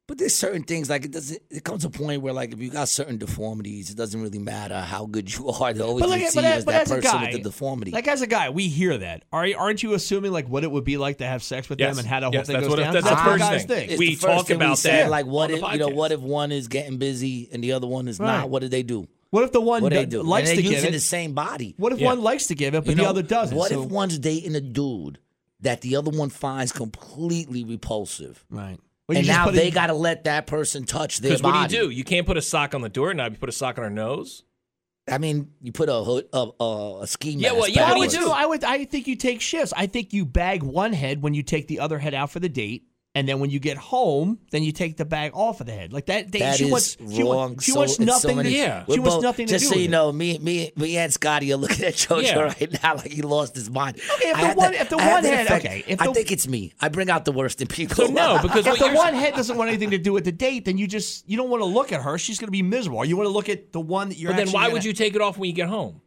[SPEAKER 7] but there's certain things like it doesn't. It comes a point where like if you got certain deformities, it doesn't really matter how good you are. They always
[SPEAKER 2] But like,
[SPEAKER 7] see
[SPEAKER 2] but,
[SPEAKER 7] you
[SPEAKER 2] as,
[SPEAKER 7] as
[SPEAKER 2] but
[SPEAKER 7] that
[SPEAKER 2] as a
[SPEAKER 7] person
[SPEAKER 2] guy,
[SPEAKER 7] with the deformity.
[SPEAKER 2] like as a guy, we hear that. Are aren't you assuming like what it would be like to have sex with
[SPEAKER 1] Yes.
[SPEAKER 2] them and how the whole
[SPEAKER 1] Yes,
[SPEAKER 2] thing
[SPEAKER 1] that's
[SPEAKER 2] goes
[SPEAKER 1] what it-
[SPEAKER 2] down?
[SPEAKER 1] that's the
[SPEAKER 2] what
[SPEAKER 1] first
[SPEAKER 2] guys
[SPEAKER 1] thing.
[SPEAKER 2] think.
[SPEAKER 7] It's
[SPEAKER 1] we
[SPEAKER 7] the first
[SPEAKER 1] talk
[SPEAKER 7] thing we
[SPEAKER 1] about
[SPEAKER 7] said,
[SPEAKER 1] that
[SPEAKER 7] Like what
[SPEAKER 1] on
[SPEAKER 7] if
[SPEAKER 1] the
[SPEAKER 7] you know?
[SPEAKER 1] podcast.
[SPEAKER 7] What if one is getting busy and the other one is
[SPEAKER 2] Right.
[SPEAKER 7] not? What do they do?
[SPEAKER 2] What if the one
[SPEAKER 7] What do they
[SPEAKER 2] d-
[SPEAKER 7] do? And
[SPEAKER 2] likes
[SPEAKER 7] they're
[SPEAKER 2] to give
[SPEAKER 7] using the
[SPEAKER 2] it?
[SPEAKER 7] same body.
[SPEAKER 2] What if
[SPEAKER 1] Yeah.
[SPEAKER 2] one likes to give it, but
[SPEAKER 7] You
[SPEAKER 2] the
[SPEAKER 7] know,
[SPEAKER 2] other doesn't?
[SPEAKER 7] What
[SPEAKER 2] So-
[SPEAKER 7] if one's dating a dude that the other one finds completely repulsive?
[SPEAKER 2] right? Well, you
[SPEAKER 7] and
[SPEAKER 2] just
[SPEAKER 7] now
[SPEAKER 2] put it-
[SPEAKER 7] they got to let that person touch their
[SPEAKER 1] Because what
[SPEAKER 7] body.
[SPEAKER 1] do you do? You can't put a sock on the door knob. You put a sock on her nose.
[SPEAKER 7] I mean, you put a hood, a, a, a ski mask.
[SPEAKER 1] Yeah, well, yeah,
[SPEAKER 2] I
[SPEAKER 1] what do
[SPEAKER 2] would
[SPEAKER 1] you
[SPEAKER 2] do.
[SPEAKER 1] do?
[SPEAKER 2] I would. I think you take shifts. I think you bag one head when you take the other head out for the date, and then when you get home, then you take the bag off of the head. Like that. They,
[SPEAKER 7] That
[SPEAKER 2] she
[SPEAKER 7] is
[SPEAKER 2] wants. She
[SPEAKER 7] wrong.
[SPEAKER 2] wants. She
[SPEAKER 7] so,
[SPEAKER 2] wants
[SPEAKER 7] in so
[SPEAKER 2] nothing.
[SPEAKER 7] many-
[SPEAKER 2] to, She
[SPEAKER 1] Yeah.
[SPEAKER 7] We're
[SPEAKER 2] wants
[SPEAKER 7] both-
[SPEAKER 2] nothing to
[SPEAKER 7] just
[SPEAKER 2] do.
[SPEAKER 7] so
[SPEAKER 2] with
[SPEAKER 7] you
[SPEAKER 2] it.
[SPEAKER 7] know, me, me, me and Scotty are looking at JoJo
[SPEAKER 1] Yeah.
[SPEAKER 7] right now like he lost his mind.
[SPEAKER 2] Okay, if
[SPEAKER 7] I
[SPEAKER 2] the
[SPEAKER 7] had
[SPEAKER 2] one- if the
[SPEAKER 7] I had
[SPEAKER 2] one
[SPEAKER 7] that
[SPEAKER 2] head-
[SPEAKER 7] effect.
[SPEAKER 2] okay, if
[SPEAKER 7] I
[SPEAKER 2] the-
[SPEAKER 7] think it's me. I bring out the worst in people.
[SPEAKER 1] So no, because
[SPEAKER 2] If
[SPEAKER 1] what
[SPEAKER 2] the
[SPEAKER 1] you're-
[SPEAKER 2] one head doesn't want anything to do with the date, then you just you don't want to look at her. She's going to be miserable. You want to look at the one that you're.
[SPEAKER 1] But then
[SPEAKER 2] actually
[SPEAKER 1] why
[SPEAKER 2] gonna-
[SPEAKER 1] would you take it off when you get home?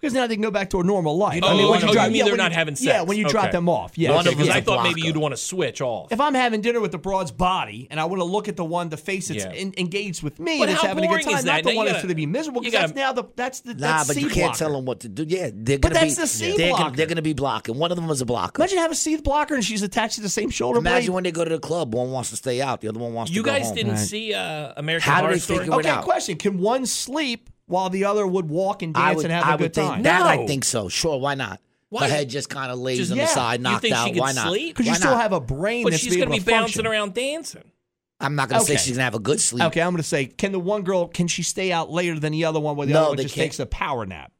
[SPEAKER 2] Because now they can go back to a normal life.
[SPEAKER 1] Oh,
[SPEAKER 2] when
[SPEAKER 1] oh, you mean they're
[SPEAKER 2] when
[SPEAKER 1] not having
[SPEAKER 2] Yeah,
[SPEAKER 1] sex.
[SPEAKER 2] when you drop
[SPEAKER 1] Okay.
[SPEAKER 2] them off. Yeah,
[SPEAKER 7] One
[SPEAKER 1] Okay,
[SPEAKER 7] of
[SPEAKER 1] because
[SPEAKER 7] them's
[SPEAKER 1] I
[SPEAKER 7] a
[SPEAKER 1] thought maybe
[SPEAKER 7] blocker.
[SPEAKER 1] you'd want to switch off.
[SPEAKER 2] If I'm having dinner with the broad's body and I want to look at the one, the face that's
[SPEAKER 1] Yeah.
[SPEAKER 2] en- engaged with me,
[SPEAKER 1] But
[SPEAKER 2] that's
[SPEAKER 1] how
[SPEAKER 2] having a good
[SPEAKER 1] boring
[SPEAKER 2] time,
[SPEAKER 1] is
[SPEAKER 2] not
[SPEAKER 1] that?
[SPEAKER 2] the
[SPEAKER 1] Now
[SPEAKER 2] one
[SPEAKER 1] you
[SPEAKER 2] that's
[SPEAKER 1] gotta-
[SPEAKER 2] going to be miserable.
[SPEAKER 1] you
[SPEAKER 2] Because that's
[SPEAKER 1] gotta-
[SPEAKER 2] now the that's the
[SPEAKER 7] Nah,
[SPEAKER 2] that's
[SPEAKER 7] but
[SPEAKER 2] C
[SPEAKER 7] you can't tell
[SPEAKER 2] blocker.
[SPEAKER 7] them what to do. Yeah, they're
[SPEAKER 2] But
[SPEAKER 7] gonna
[SPEAKER 2] that's
[SPEAKER 7] be,
[SPEAKER 2] the C
[SPEAKER 7] they're gonna-
[SPEAKER 2] blocker.
[SPEAKER 7] they're going to be blocking. One of them is a blocker.
[SPEAKER 2] Imagine having a seed blocker and she's attached to the same shoulder
[SPEAKER 7] Imagine
[SPEAKER 2] blade.
[SPEAKER 7] when they go to the club, one wants to stay out, the other one wants
[SPEAKER 1] you
[SPEAKER 7] to go
[SPEAKER 1] guys
[SPEAKER 7] home.
[SPEAKER 1] didn't see uh, American
[SPEAKER 7] How do
[SPEAKER 1] Horror
[SPEAKER 7] they
[SPEAKER 1] Story?
[SPEAKER 7] figure it
[SPEAKER 2] okay,
[SPEAKER 7] out?
[SPEAKER 2] question: Can one sleep while the other would walk and
[SPEAKER 7] I
[SPEAKER 2] dance
[SPEAKER 7] would,
[SPEAKER 2] and have
[SPEAKER 7] I
[SPEAKER 2] a good
[SPEAKER 7] would think
[SPEAKER 2] time?
[SPEAKER 7] that. I
[SPEAKER 1] No.
[SPEAKER 7] think so. Sure, why not?
[SPEAKER 1] Why?
[SPEAKER 7] Her head just kind of lays
[SPEAKER 1] Just-
[SPEAKER 7] on
[SPEAKER 2] yeah.
[SPEAKER 7] the side,
[SPEAKER 1] You
[SPEAKER 7] knocked
[SPEAKER 1] think she
[SPEAKER 7] out.
[SPEAKER 1] could
[SPEAKER 7] why not?
[SPEAKER 1] sleep?
[SPEAKER 2] Because you
[SPEAKER 7] Why
[SPEAKER 2] still
[SPEAKER 7] not?
[SPEAKER 2] have a brain
[SPEAKER 1] But
[SPEAKER 2] that's
[SPEAKER 1] she's
[SPEAKER 2] going to
[SPEAKER 1] be
[SPEAKER 2] function.
[SPEAKER 1] bouncing around Oh. dancing.
[SPEAKER 7] I'm not going to
[SPEAKER 2] Okay.
[SPEAKER 7] say she's going to have a good sleep.
[SPEAKER 2] Okay, I'm going to say, can the one girl can she stay out later than the other one? Where the
[SPEAKER 7] No,
[SPEAKER 2] other one
[SPEAKER 7] they
[SPEAKER 2] just
[SPEAKER 7] can't.
[SPEAKER 2] takes a power nap.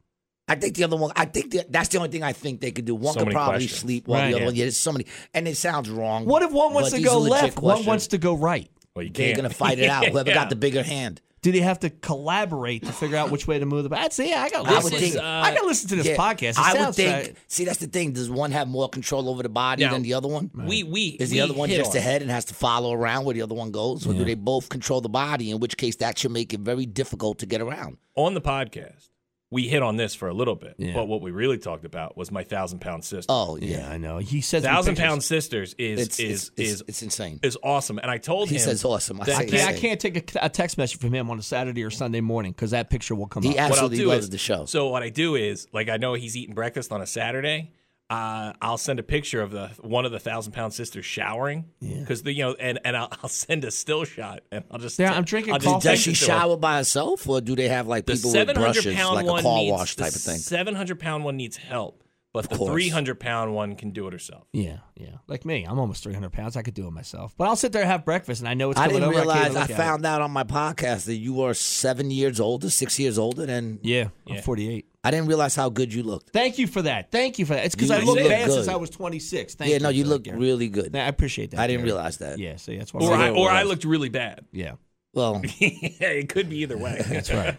[SPEAKER 7] I think the other one. I think that that's the only thing I think they could do. One
[SPEAKER 1] So
[SPEAKER 7] could
[SPEAKER 1] many
[SPEAKER 7] probably
[SPEAKER 1] questions.
[SPEAKER 7] sleep while
[SPEAKER 2] Right.
[SPEAKER 7] the other one. Yeah, there's so many, and it sounds wrong.
[SPEAKER 2] What if one wants
[SPEAKER 7] but
[SPEAKER 2] to
[SPEAKER 7] Mm. these are
[SPEAKER 2] go
[SPEAKER 7] legit
[SPEAKER 2] left, one
[SPEAKER 7] questions.
[SPEAKER 2] wants to go right?
[SPEAKER 1] Well, you
[SPEAKER 7] They're
[SPEAKER 1] can't.
[SPEAKER 7] going to fight it out. Whoever
[SPEAKER 1] Yeah.
[SPEAKER 7] got the bigger hand.
[SPEAKER 2] Do they have to collaborate to figure out which way to move the? That's yeah. I got.
[SPEAKER 7] I
[SPEAKER 2] listen
[SPEAKER 7] would
[SPEAKER 2] to
[SPEAKER 7] think-
[SPEAKER 2] this- I got to listen to this
[SPEAKER 7] Yeah,
[SPEAKER 2] podcast. It
[SPEAKER 7] I would
[SPEAKER 2] sounds
[SPEAKER 7] think.
[SPEAKER 2] like-
[SPEAKER 7] see, that's the thing. Does one have more control over the body
[SPEAKER 1] Now,
[SPEAKER 7] than the other one?
[SPEAKER 1] We we
[SPEAKER 7] Is
[SPEAKER 1] we
[SPEAKER 7] the other one
[SPEAKER 1] hit
[SPEAKER 7] just
[SPEAKER 1] on it.
[SPEAKER 7] ahead and has to follow around where the other one goes, or do they both control the body? In which case, that should make it very difficult to get around.
[SPEAKER 1] on the podcast? We hit on this for a little bit,
[SPEAKER 2] Yeah.
[SPEAKER 1] but what we really talked about was my thousand pound sister.
[SPEAKER 7] Oh yeah,
[SPEAKER 2] yeah, I know. He says
[SPEAKER 1] thousand pound sisters is
[SPEAKER 7] It's,
[SPEAKER 1] is
[SPEAKER 7] it's,
[SPEAKER 1] is
[SPEAKER 7] it's, it's insane.
[SPEAKER 1] is awesome. And I told
[SPEAKER 7] He
[SPEAKER 1] him
[SPEAKER 7] says awesome. I
[SPEAKER 1] that-
[SPEAKER 7] say
[SPEAKER 2] I
[SPEAKER 7] it's
[SPEAKER 1] that-
[SPEAKER 2] can't, I
[SPEAKER 7] insane.
[SPEAKER 2] can't take a, a text message from him on a Saturday or Sunday morning because that picture will come
[SPEAKER 7] He
[SPEAKER 2] up.
[SPEAKER 1] what I'll
[SPEAKER 7] absolutely
[SPEAKER 1] do
[SPEAKER 7] loves
[SPEAKER 1] is,
[SPEAKER 7] the show.
[SPEAKER 1] So what I do is, like, I know he's eating breakfast on a Saturday. Uh, I'll send a picture of the one of the thousand pound sisters showering because the you know, and and I'll, I'll send a still shot, and I'll just
[SPEAKER 2] Yeah, I'm drinking
[SPEAKER 1] I'll just
[SPEAKER 2] coffee.
[SPEAKER 1] text
[SPEAKER 7] Does she
[SPEAKER 1] it to him.
[SPEAKER 7] shower by herself, or do they have like
[SPEAKER 1] The
[SPEAKER 7] people with
[SPEAKER 1] seven
[SPEAKER 7] brushes,
[SPEAKER 1] hundred pound
[SPEAKER 7] like
[SPEAKER 1] one
[SPEAKER 7] a car
[SPEAKER 1] needs,
[SPEAKER 7] wash type of thing?
[SPEAKER 1] Seven hundred pound one needs help, but the
[SPEAKER 7] course.
[SPEAKER 1] three hundred pound one can do it herself.
[SPEAKER 2] Yeah, yeah. Like me, I'm almost 300 pounds. I could do it myself, but I'll sit there and have breakfast, and I know it's
[SPEAKER 7] I
[SPEAKER 2] coming
[SPEAKER 7] didn't
[SPEAKER 2] over.
[SPEAKER 7] realize. I,
[SPEAKER 2] I, can't look at it.
[SPEAKER 7] found out on my podcast that you are seven years older, six years older than.
[SPEAKER 2] Yeah, I'm
[SPEAKER 1] Yeah.
[SPEAKER 2] 48.
[SPEAKER 7] I didn't realize how good you looked.
[SPEAKER 2] Thank you for that. Thank you for that. It's because
[SPEAKER 7] You
[SPEAKER 2] I look
[SPEAKER 1] look
[SPEAKER 2] bad
[SPEAKER 7] good.
[SPEAKER 2] since I was 26. Thank
[SPEAKER 7] yeah, no, you
[SPEAKER 2] for that,
[SPEAKER 7] look
[SPEAKER 2] Gary.
[SPEAKER 7] really good.
[SPEAKER 2] Nah, I appreciate that.
[SPEAKER 7] I didn't
[SPEAKER 2] Gary.
[SPEAKER 7] realize that.
[SPEAKER 2] Yeah, see, that's why.
[SPEAKER 1] Or I,
[SPEAKER 7] it
[SPEAKER 1] or I
[SPEAKER 7] was.
[SPEAKER 1] looked really bad.
[SPEAKER 2] yeah,
[SPEAKER 7] Well,
[SPEAKER 1] yeah, it could be either way.
[SPEAKER 2] that's right.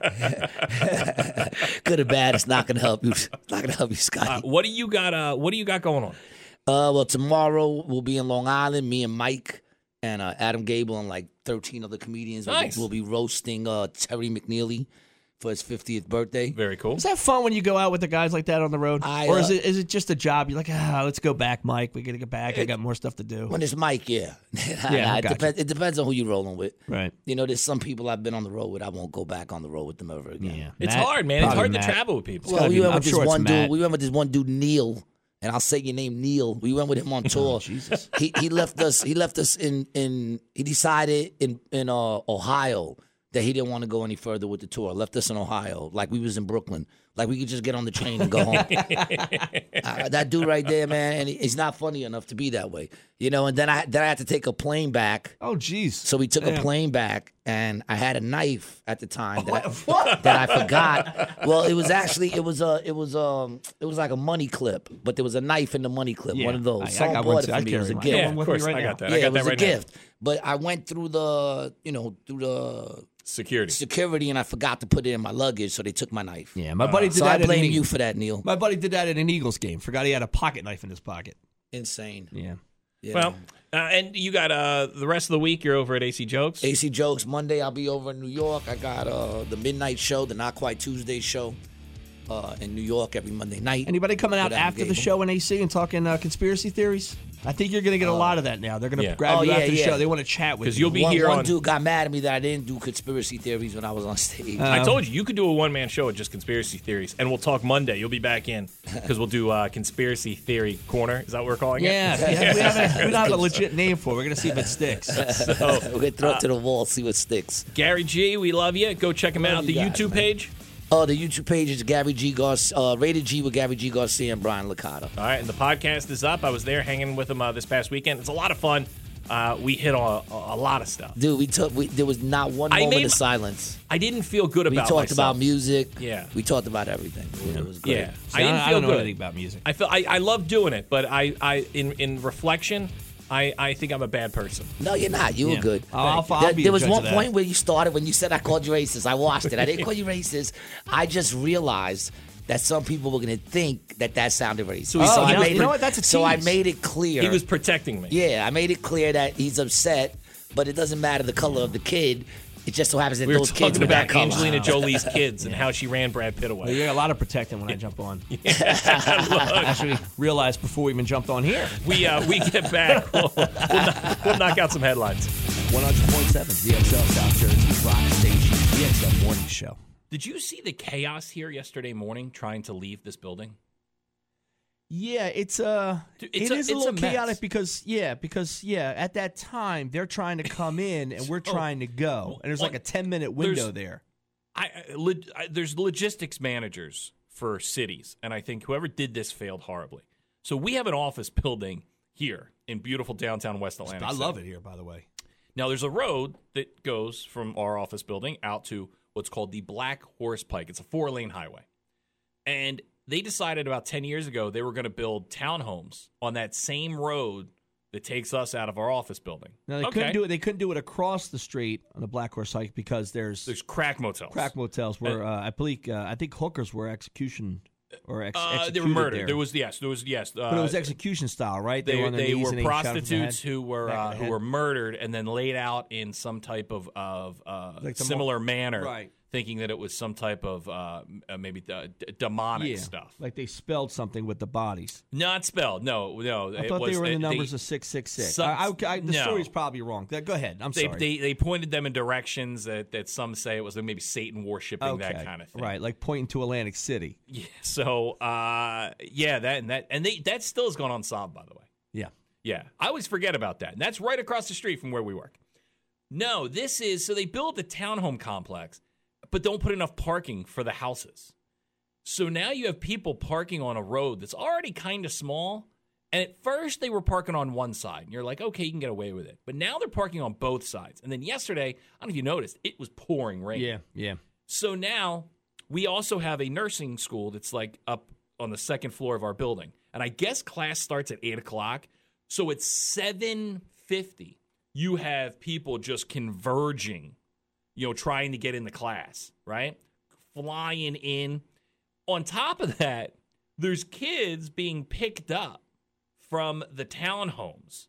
[SPEAKER 7] good or bad, it's not gonna help you. It's not gonna help you,
[SPEAKER 1] Uh,
[SPEAKER 7] Scotty.
[SPEAKER 1] what do you got? Uh, what do you got going on?
[SPEAKER 7] Uh, well, tomorrow we'll be in Long Island. Me and Mike and uh, Adam Gable and like 13 other comedians will be-
[SPEAKER 1] Nice.
[SPEAKER 7] will be roasting uh, Terry McNeely for his 50th birthday.
[SPEAKER 1] Very cool.
[SPEAKER 2] Is that fun when you go out with the guys like that on the road,
[SPEAKER 7] I,
[SPEAKER 2] or
[SPEAKER 7] uh,
[SPEAKER 2] is it is it just a job? You're like, ah, let's go back, Mike. We gotta get back. I got more stuff to do.
[SPEAKER 7] When it's Mike, yeah,
[SPEAKER 2] Yeah,
[SPEAKER 7] it,
[SPEAKER 2] gotcha.
[SPEAKER 7] depends, it depends on who you're rolling with.
[SPEAKER 2] Right.
[SPEAKER 7] You know, there's some people I've been on the road with. I won't go back on the road with them ever again.
[SPEAKER 2] Yeah,
[SPEAKER 1] It's
[SPEAKER 2] Matt-
[SPEAKER 1] hard, man. It's
[SPEAKER 2] probably
[SPEAKER 1] hard
[SPEAKER 2] Matt.
[SPEAKER 1] to travel with people.
[SPEAKER 7] Well,
[SPEAKER 2] gotta
[SPEAKER 7] we
[SPEAKER 2] be-
[SPEAKER 7] went
[SPEAKER 2] I'm
[SPEAKER 7] with
[SPEAKER 2] sure
[SPEAKER 7] this
[SPEAKER 2] it's
[SPEAKER 7] one
[SPEAKER 2] Matt.
[SPEAKER 7] dude. We went with this one dude, Neil, and I'll say your name, Neil. We went with him on tour.
[SPEAKER 2] Oh, Jesus.
[SPEAKER 7] He he left us. He left us in in. He decided in in uh, Ohio that he didn't want to go any further with the tour. Left us in Ohio, like we was in Brooklyn. Like we could just get on the train and go home. Uh, that dude right there, man, and he- he's not funny enough to be that way, you know. And then I then I had to take a plane back.
[SPEAKER 2] Oh, jeez.
[SPEAKER 7] So we took
[SPEAKER 2] Damn.
[SPEAKER 7] a plane back, and I had a knife at the time that, I, that I forgot. Well, it was actually it was a it was um it was like a money clip, but there was a knife in the money clip.
[SPEAKER 2] Yeah,
[SPEAKER 7] one of
[SPEAKER 2] I- I
[SPEAKER 7] those. Someone
[SPEAKER 2] got one
[SPEAKER 7] bought it
[SPEAKER 2] too.
[SPEAKER 7] for
[SPEAKER 2] I
[SPEAKER 7] me. It was a
[SPEAKER 2] carry mine.
[SPEAKER 7] gift.
[SPEAKER 1] Yeah,
[SPEAKER 2] one
[SPEAKER 1] of
[SPEAKER 2] with
[SPEAKER 1] course.
[SPEAKER 2] me right
[SPEAKER 1] I
[SPEAKER 2] now.
[SPEAKER 1] got that.
[SPEAKER 7] Yeah,
[SPEAKER 1] I got
[SPEAKER 7] it was
[SPEAKER 1] that right
[SPEAKER 7] a
[SPEAKER 1] now.
[SPEAKER 7] gift. But I went through the, you know, through the
[SPEAKER 1] Security.
[SPEAKER 7] security and I forgot to put it in my luggage, so they took my knife.
[SPEAKER 2] Yeah, my buddy did
[SPEAKER 7] Uh, So
[SPEAKER 2] that.
[SPEAKER 7] I
[SPEAKER 2] at an
[SPEAKER 7] blame
[SPEAKER 2] Eag-
[SPEAKER 7] you for that, Neil.
[SPEAKER 2] My buddy did that at an Eagles game. Forgot he had a pocket knife in his pocket.
[SPEAKER 7] Insane.
[SPEAKER 2] Yeah.
[SPEAKER 7] Yeah.
[SPEAKER 1] Well, uh, and you got uh, the rest of the week. You're over at AC Jokes.
[SPEAKER 7] AC Jokes Monday. I'll be over in New York. I got uh the midnight show, the Not Quite Tuesday show, uh in New York every Monday night.
[SPEAKER 2] Anybody coming out
[SPEAKER 7] Without
[SPEAKER 2] after the
[SPEAKER 7] Gable.
[SPEAKER 2] show in AC and talking uh, conspiracy theories? I think you're going to get a lot of that now. They're going to
[SPEAKER 1] Uh, yeah.
[SPEAKER 2] grab
[SPEAKER 7] Oh,
[SPEAKER 2] you
[SPEAKER 7] yeah,
[SPEAKER 2] after the
[SPEAKER 7] yeah.
[SPEAKER 2] show. They want to chat with
[SPEAKER 1] 'Cause
[SPEAKER 2] you.
[SPEAKER 1] you'll be
[SPEAKER 7] one,
[SPEAKER 1] here
[SPEAKER 7] one
[SPEAKER 1] on-
[SPEAKER 7] dude got mad at me that I didn't do conspiracy theories when I was on stage.
[SPEAKER 1] I told you you could do a one man show with just conspiracy theories, and we'll talk Monday. You'll be back in because we'll do uh, conspiracy theory corner. Is that what we're calling
[SPEAKER 2] yeah,
[SPEAKER 1] it?
[SPEAKER 2] yeah, we haven't we don't have a legit name for it. We're going to see if it sticks.
[SPEAKER 1] So,
[SPEAKER 7] We're gonna throw it to the wall, see what sticks.
[SPEAKER 1] Gary G, we love you. Go check him out. The
[SPEAKER 7] you guys,
[SPEAKER 1] YouTube
[SPEAKER 7] man.
[SPEAKER 1] page.
[SPEAKER 7] Oh, the YouTube page is Gary G Garcia, uh, Rated G with Gary G Garcia and Brian Licata.
[SPEAKER 1] All right, and the podcast is up. I was there hanging with him uh, this past weekend. It's a lot of fun. Uh, we hit on a, a lot of stuff.
[SPEAKER 7] Dude, we took. We, there was not one
[SPEAKER 1] I
[SPEAKER 7] moment
[SPEAKER 1] made-
[SPEAKER 7] of silence.
[SPEAKER 1] I didn't feel good
[SPEAKER 7] We
[SPEAKER 1] about.
[SPEAKER 7] talked
[SPEAKER 1] myself.
[SPEAKER 7] about music.
[SPEAKER 1] Yeah.
[SPEAKER 7] we talked about everything. dude. It was great.
[SPEAKER 1] Yeah,
[SPEAKER 2] So
[SPEAKER 1] I didn't
[SPEAKER 2] I
[SPEAKER 1] feel
[SPEAKER 2] don't know
[SPEAKER 1] good.
[SPEAKER 2] anything about music.
[SPEAKER 1] I feel I, I love doing it, but I, I in in reflection, I, I think I'm a bad person.
[SPEAKER 7] No, you're not. You
[SPEAKER 2] Yeah.
[SPEAKER 7] were good.
[SPEAKER 2] I'll- I'll- I'll
[SPEAKER 7] there,
[SPEAKER 2] be
[SPEAKER 7] there
[SPEAKER 2] the
[SPEAKER 7] was
[SPEAKER 2] judge
[SPEAKER 7] one
[SPEAKER 2] of that.
[SPEAKER 7] point where you started when you said I called you racist. I watched it. I didn't call you racist. I just realized that some people were gonna think that that sounded racist. So,
[SPEAKER 1] he saw-
[SPEAKER 7] I
[SPEAKER 1] you know-
[SPEAKER 7] made
[SPEAKER 2] you know
[SPEAKER 7] it-
[SPEAKER 2] what? That's a
[SPEAKER 7] so I
[SPEAKER 2] tease.
[SPEAKER 7] made it clear.
[SPEAKER 1] He was protecting me.
[SPEAKER 7] Yeah, I made it clear that he's upset, but it doesn't matter the color of the kid. It just so happens that
[SPEAKER 1] we were
[SPEAKER 7] those kids
[SPEAKER 1] talking
[SPEAKER 7] were that
[SPEAKER 1] about
[SPEAKER 7] color.
[SPEAKER 1] Angelina Jolie's kids and how she ran Brad Pitt away.
[SPEAKER 2] You're a lot of protecting when I jump on. Actually, realized before we even jumped on here.
[SPEAKER 1] We uh, we get back. We'll, we'll, knock, we'll knock out some headlines.
[SPEAKER 7] 100.7 ZXL South Jersey Rock Station.
[SPEAKER 2] The morning show.
[SPEAKER 1] Did you see the chaos here yesterday morning trying to leave this building?
[SPEAKER 2] Yeah, it's uh,
[SPEAKER 1] Dude,
[SPEAKER 2] it's
[SPEAKER 1] it's
[SPEAKER 2] a,
[SPEAKER 1] a-
[SPEAKER 2] it is a
[SPEAKER 1] it's a
[SPEAKER 2] little
[SPEAKER 1] mess.
[SPEAKER 2] chaotic because yeah, because yeah, at that time they're trying to come in and we're trying to go, and there's like a
[SPEAKER 1] Well,
[SPEAKER 2] ten minute window
[SPEAKER 1] Oh. there's-
[SPEAKER 2] there.
[SPEAKER 1] I, I, lo- I there's logistics managers for cities, and I think whoever did this failed horribly. So we have an office building here in beautiful downtown West Atlantic.
[SPEAKER 2] I love
[SPEAKER 1] City.
[SPEAKER 2] it here, by the way.
[SPEAKER 1] Now there's a road that goes from our office building out to what's called the Black Horse Pike. It's a four lane highway, and they decided about ten years ago they were going to build townhomes on that same road that takes us out of our office building.
[SPEAKER 2] No, they couldn't do it. They couldn't do it across the street on the Black Horse Hike because there's,
[SPEAKER 1] There's crack motels.
[SPEAKER 2] crack motels where uh, I believe uh, I think hookers were execution or ex-
[SPEAKER 1] Uh,
[SPEAKER 2] executed
[SPEAKER 1] they were murdered. There.
[SPEAKER 2] There.
[SPEAKER 1] was yes, there was yes. Uh,
[SPEAKER 2] but it was execution style, right?
[SPEAKER 1] they,
[SPEAKER 2] were on their
[SPEAKER 1] they
[SPEAKER 2] knees
[SPEAKER 1] were
[SPEAKER 2] and shot them from the
[SPEAKER 1] prostitutes
[SPEAKER 2] head.
[SPEAKER 1] who were
[SPEAKER 2] Back of
[SPEAKER 1] uh,
[SPEAKER 2] the
[SPEAKER 1] who
[SPEAKER 2] head.
[SPEAKER 1] were murdered and then laid out in some type of of uh,
[SPEAKER 2] Like the mo-
[SPEAKER 1] similar manner,
[SPEAKER 2] Right.
[SPEAKER 1] thinking that it was some type of uh, m- uh, maybe uh, d- demonic
[SPEAKER 2] yeah,
[SPEAKER 1] stuff.
[SPEAKER 2] like they spelled something with the bodies.
[SPEAKER 1] Not spelled. No, no.
[SPEAKER 2] I
[SPEAKER 1] it
[SPEAKER 2] thought
[SPEAKER 1] was,
[SPEAKER 2] they were in the
[SPEAKER 1] uh,
[SPEAKER 2] numbers of six six six.
[SPEAKER 1] Some-
[SPEAKER 2] I, I, I, the
[SPEAKER 1] no.
[SPEAKER 2] story's probably wrong. Go ahead. I'm
[SPEAKER 1] They,
[SPEAKER 2] sorry.
[SPEAKER 1] they, they pointed them in directions that, that some say it was maybe Satan worshiping that kind of thing.
[SPEAKER 2] Right, like pointing to Atlantic City.
[SPEAKER 1] Yeah, so uh, yeah, that and that and they that still has gone unsolved, by the way.
[SPEAKER 2] Yeah.
[SPEAKER 1] Yeah, I always forget about that. And that's right across the street from where we work. No, this is so they build the townhome complex, but don't put enough parking for the houses. So now you have people parking on a road that's already kind of small. And at first they were parking on one side, and you're like, okay, you can get away with it. But now they're parking on both sides. And then yesterday, I don't know if you noticed, it was pouring rain.
[SPEAKER 2] Yeah, yeah.
[SPEAKER 1] So now we also have a nursing school that's like up on the second floor of our building, and I guess class starts at eight o'clock. So at seven fifty, you have people just converging, you know, trying to get into class, right? Flying in. On top of that, there's kids being picked up from the townhomes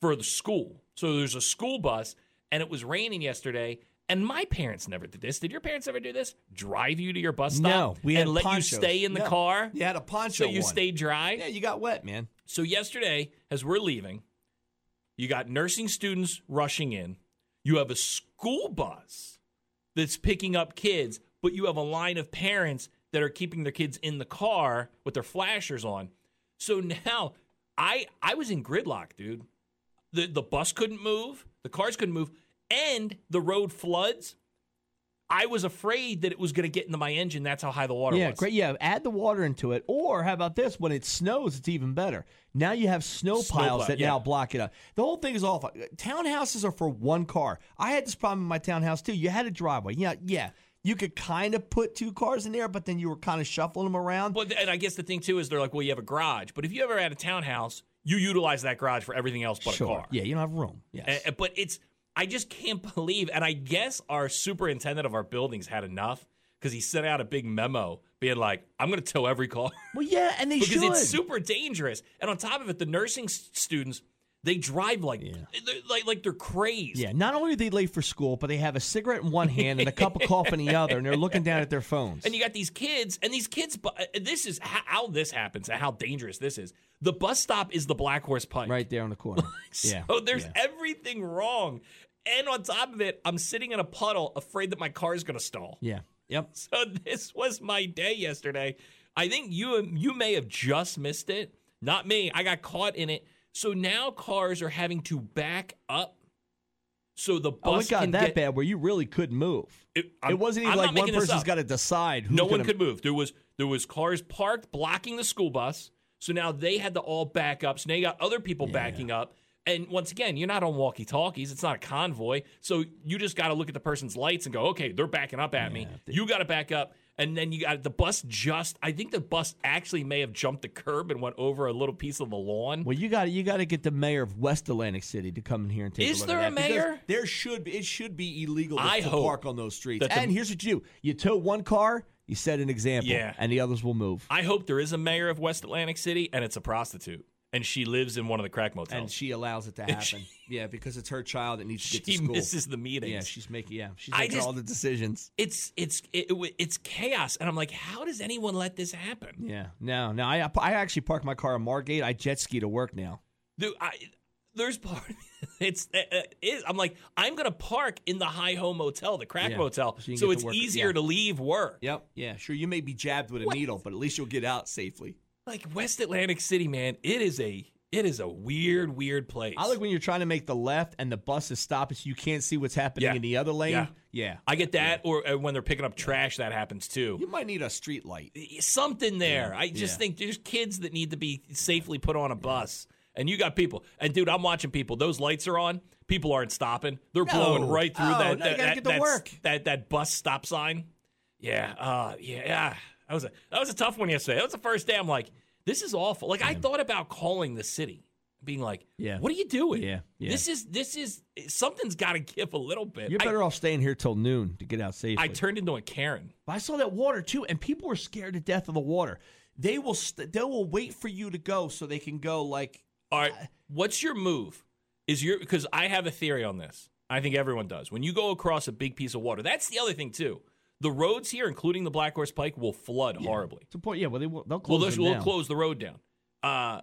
[SPEAKER 1] for the school. So there's a school bus, and it was raining yesterday. And my parents never did this. Did your parents ever do this? Drive you to your bus stop
[SPEAKER 2] No, we had
[SPEAKER 1] and let
[SPEAKER 2] ponchos.
[SPEAKER 1] you stay in the
[SPEAKER 2] No,
[SPEAKER 1] car?
[SPEAKER 2] you had a poncho
[SPEAKER 1] So you
[SPEAKER 2] one.
[SPEAKER 1] stay dry?
[SPEAKER 2] Yeah, you got wet, man.
[SPEAKER 1] So yesterday, as we're leaving, you got nursing students rushing in. You have a school bus that's picking up kids, but you have a line of parents that are keeping their kids in the car with their flashers on. So now I I was in gridlock, dude. The the bus couldn't move, the cars couldn't move, and the road floods. I was afraid that it was going to get into my engine. That's how high the water
[SPEAKER 2] yeah,
[SPEAKER 1] was.
[SPEAKER 2] great. Yeah, add the water into it. Or how about this? When it snows, it's even better. Now you have snow,
[SPEAKER 1] Snow
[SPEAKER 2] piles
[SPEAKER 1] pile,
[SPEAKER 2] that
[SPEAKER 1] yeah.
[SPEAKER 2] now block it up. The whole thing is awful. Townhouses are for one car. I had this problem in my townhouse too. You had a driveway. Yeah, yeah. You could kind of put two cars in there, but then you were kind of shuffling them around.
[SPEAKER 1] But and I guess the thing too is they're like, well, you have a garage, but if you ever had a townhouse, you utilize that garage for everything else but
[SPEAKER 2] sure.
[SPEAKER 1] a car.
[SPEAKER 2] Yeah, you don't have room. Yes.
[SPEAKER 1] Uh, but it's I just can't believe, and I guess our superintendent of our buildings had enough because he sent out a big memo being like, "I'm going to tow every car
[SPEAKER 2] well, yeah, and they
[SPEAKER 1] because
[SPEAKER 2] should.
[SPEAKER 1] it's super dangerous." And on top of it, the nursing s- students they drive like they're- like like they're crazed.
[SPEAKER 2] yeah, not only are they late for school, but they have a cigarette in one hand and a cup of coffee in the other, and they're looking down at their phones.
[SPEAKER 1] And you got these kids, and these kids. bu- uh, This is how, how this happens, and how dangerous this is. The bus stop is the Black Horse Pike.
[SPEAKER 2] right there on the corner. yeah.
[SPEAKER 1] So there's everything wrong. And on top of it, I'm sitting in a puddle afraid that my car is going to stall.
[SPEAKER 2] Yeah. Yep.
[SPEAKER 1] So this was my day yesterday. I think you you may have just missed it. Not me. I got caught in it. So now cars are having to back up so the
[SPEAKER 2] Oh,
[SPEAKER 1] bus
[SPEAKER 2] it got
[SPEAKER 1] can
[SPEAKER 2] that
[SPEAKER 1] get
[SPEAKER 2] bad where you really couldn't move.
[SPEAKER 1] It-
[SPEAKER 2] It,
[SPEAKER 1] I'm-
[SPEAKER 2] wasn't even
[SPEAKER 1] I'm not
[SPEAKER 2] like one
[SPEAKER 1] making this
[SPEAKER 2] person's
[SPEAKER 1] up.
[SPEAKER 2] got to decide. Who's
[SPEAKER 1] no one
[SPEAKER 2] gonna-
[SPEAKER 1] could move. There was there was cars parked blocking the school bus. So now they had to all back up. So now you got other people backing up. And once again, you're not on walkie talkies. It's not a convoy. So you just got to look at the person's lights and go, okay, they're backing up at me. You got to back up. And then you got the bus just, I think the bus actually may have jumped the curb and went over a little piece of the lawn.
[SPEAKER 2] Well, you got to you got to get the mayor of West Atlantic City to come in here and take.
[SPEAKER 1] Is
[SPEAKER 2] a look
[SPEAKER 1] there
[SPEAKER 2] at
[SPEAKER 1] a
[SPEAKER 2] that because
[SPEAKER 1] mayor?
[SPEAKER 2] There should be. It should be illegal to,
[SPEAKER 1] I
[SPEAKER 2] to
[SPEAKER 1] hope
[SPEAKER 2] park on those streets.
[SPEAKER 1] that the-
[SPEAKER 2] And here's what you do: you tow one car, you set an example,
[SPEAKER 1] Yeah.
[SPEAKER 2] and the others will move.
[SPEAKER 1] I hope there is a mayor of West Atlantic City and it's a prostitute. And she lives in one of the crack motels.
[SPEAKER 2] And she allows it to
[SPEAKER 1] And she-
[SPEAKER 2] happen. yeah, because it's her child that needs to get to
[SPEAKER 1] She
[SPEAKER 2] school.
[SPEAKER 1] misses the meetings.
[SPEAKER 2] Yeah, she's making. Yeah, she's
[SPEAKER 1] I
[SPEAKER 2] making
[SPEAKER 1] just-
[SPEAKER 2] all the decisions.
[SPEAKER 1] it's it's it, it- it's chaos and i'm like how does anyone let this happen
[SPEAKER 2] Yeah, no, no. I I actually park my car in Margate. I jet ski to work now.
[SPEAKER 1] Dude, I, there's part it's uh, uh, is i'm like i'm gonna park in the high home motel the crack
[SPEAKER 2] Yeah,
[SPEAKER 1] motel
[SPEAKER 2] so you can get
[SPEAKER 1] so,
[SPEAKER 2] to
[SPEAKER 1] it's
[SPEAKER 2] work,
[SPEAKER 1] easier
[SPEAKER 2] yeah.
[SPEAKER 1] to leave work
[SPEAKER 2] Yep. Yeah. Sure. You may be jabbed with a needle, but at least you'll get out safely.
[SPEAKER 1] like west atlantic city man it is a it is a weird weird place
[SPEAKER 2] I like when you're trying to make the left and the bus is stopping, so you can't see what's happening
[SPEAKER 1] Yeah.
[SPEAKER 2] in the other lane.
[SPEAKER 1] Yeah.
[SPEAKER 2] yeah.
[SPEAKER 1] i get that or uh, when they're picking up trash that happens
[SPEAKER 2] You
[SPEAKER 1] too
[SPEAKER 2] might need a street light.
[SPEAKER 1] something there i just
[SPEAKER 2] Yeah.
[SPEAKER 1] think there's kids that need to be safely put on a bus and you got people and dude i'm watching people those lights are on people aren't stopping they're blowing right through
[SPEAKER 2] Oh,
[SPEAKER 1] that
[SPEAKER 2] no, you
[SPEAKER 1] that,
[SPEAKER 2] gotta
[SPEAKER 1] that,
[SPEAKER 2] get to
[SPEAKER 1] that's-
[SPEAKER 2] work.
[SPEAKER 1] that that bus stop sign yeah uh yeah, yeah that was a that was a tough one yesterday that was the first day i'm like this is awful like i thought about calling the city being like
[SPEAKER 2] Yeah.
[SPEAKER 1] what are you doing
[SPEAKER 2] Yeah, yeah.
[SPEAKER 1] this is this is something's got to give a little bit
[SPEAKER 2] You're
[SPEAKER 1] I-
[SPEAKER 2] better off staying here till noon to get out safely.
[SPEAKER 1] I turned into a karen
[SPEAKER 2] I saw that water too, and people were scared to death of the water. They will st- they will wait for you to go so they can go like
[SPEAKER 1] All right. What's your move? Is your because I have a theory on this. I think everyone does. When you go across a big piece of water, that's the other thing too. The roads here, including the Black Horse Pike, will flood horribly.
[SPEAKER 2] to point. Yeah, well they will, they'll
[SPEAKER 1] Well,
[SPEAKER 2] close.
[SPEAKER 1] those
[SPEAKER 2] them
[SPEAKER 1] will
[SPEAKER 2] down.
[SPEAKER 1] close the road down. Uh,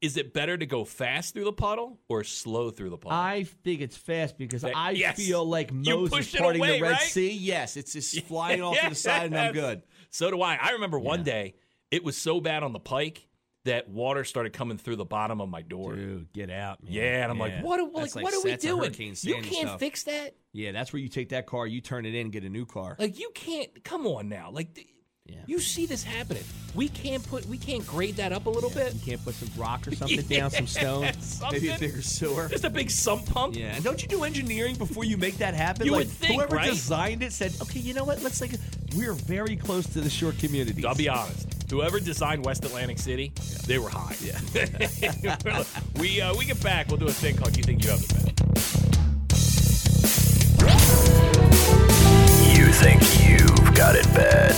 [SPEAKER 1] is it better to go fast through the puddle or slow through the puddle?
[SPEAKER 2] I think it's fast because I
[SPEAKER 1] yes.
[SPEAKER 2] feel like
[SPEAKER 1] You
[SPEAKER 2] Moses
[SPEAKER 1] pushed it
[SPEAKER 2] parting
[SPEAKER 1] away,
[SPEAKER 2] the Red
[SPEAKER 1] right?
[SPEAKER 2] Sea. Yes, it's just flying off to the side, and I'm
[SPEAKER 1] Yes.
[SPEAKER 2] good.
[SPEAKER 1] So do I. I remember one day it was so bad on the Pike that water started coming through the bottom of my door.
[SPEAKER 2] Dude, get out, man.
[SPEAKER 1] Yeah, and I'm like, what? Are, like,
[SPEAKER 2] That's
[SPEAKER 1] what are we
[SPEAKER 2] that's a
[SPEAKER 1] doing?
[SPEAKER 2] Hurricane
[SPEAKER 1] You
[SPEAKER 2] Sandy
[SPEAKER 1] can't
[SPEAKER 2] stuff.
[SPEAKER 1] fix that.
[SPEAKER 2] Yeah, that's where you take that car, you turn it in, get a new car.
[SPEAKER 1] Like you can't come on now. Like th- you see this happening. We can't put we can't grade that up a little bit.
[SPEAKER 2] You can't put some rock or something down, some stone,
[SPEAKER 1] something.
[SPEAKER 2] maybe a bigger sewer.
[SPEAKER 1] Just a big sump pump.
[SPEAKER 2] Yeah, and don't you do engineering before you make that happen?
[SPEAKER 1] You
[SPEAKER 2] like,
[SPEAKER 1] would think,
[SPEAKER 2] whoever
[SPEAKER 1] right?
[SPEAKER 2] designed it said, okay, you know what? Let's like, we're very close to the shore community.
[SPEAKER 1] I'll be honest. Whoever designed West Atlantic City, they were high. Yeah. we uh, we get back. We'll do a thing called You Think You Have It Better.
[SPEAKER 8] You think you've got it bad.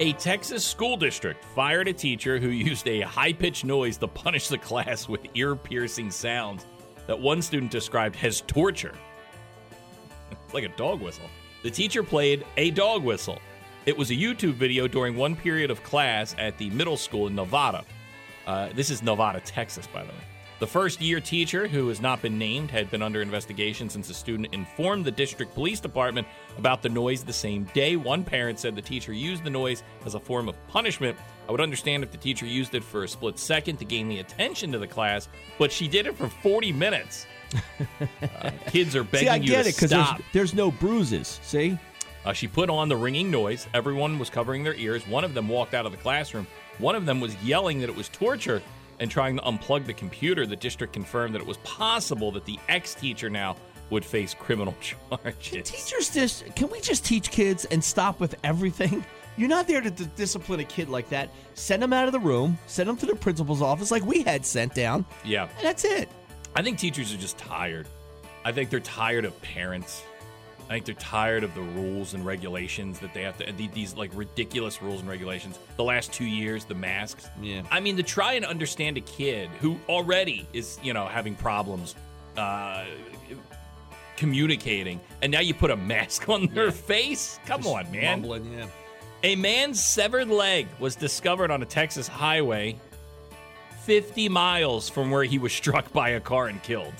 [SPEAKER 1] A Texas school district fired a teacher who used a high pitched noise to punish the class with ear piercing sounds that one student described as torture. It's like a dog whistle. The teacher played a dog whistle. It was a YouTube video during one period of class at the middle school in Nevada. Uh, this is Nevada, Texas, by the way. The first year teacher, who has not been named, had been under investigation since a student informed the district police department about the noise the same day. One parent said the teacher used the noise as a form of punishment. I would understand if the teacher used it for a split second to gain the attention to the class, but she did it for 40 minutes. Uh, kids are begging
[SPEAKER 2] See, I
[SPEAKER 1] you
[SPEAKER 2] get
[SPEAKER 1] to
[SPEAKER 2] it because there's,
[SPEAKER 1] stop.
[SPEAKER 2] there's no bruises. See,
[SPEAKER 1] Uh, she put on the ringing noise. Everyone was covering their ears. One of them walked out of the classroom. One of them was yelling that it was torture and trying to unplug the computer. The district confirmed that it was possible that the ex teacher now would face criminal charges.
[SPEAKER 2] teachers just can we just teach kids and stop with everything? You're not there to d- discipline a kid like that. Send them out of the room. Send them to the principal's office like we had sent down.
[SPEAKER 1] Yeah.
[SPEAKER 2] That's it.
[SPEAKER 1] I think teachers are just tired. I think they're tired of parents. I think they're tired of the rules and regulations that they have to the- these like ridiculous rules and regulations. The last 2 years, the masks.
[SPEAKER 2] Yeah.
[SPEAKER 1] I mean, to try and understand a kid who already is, you know, having problems uh communicating and now you put a mask on their face? Come on, man.
[SPEAKER 2] Mumbling, yeah.
[SPEAKER 1] A man's severed leg was discovered on a Texas highway 50 miles from where he was struck by a car and killed.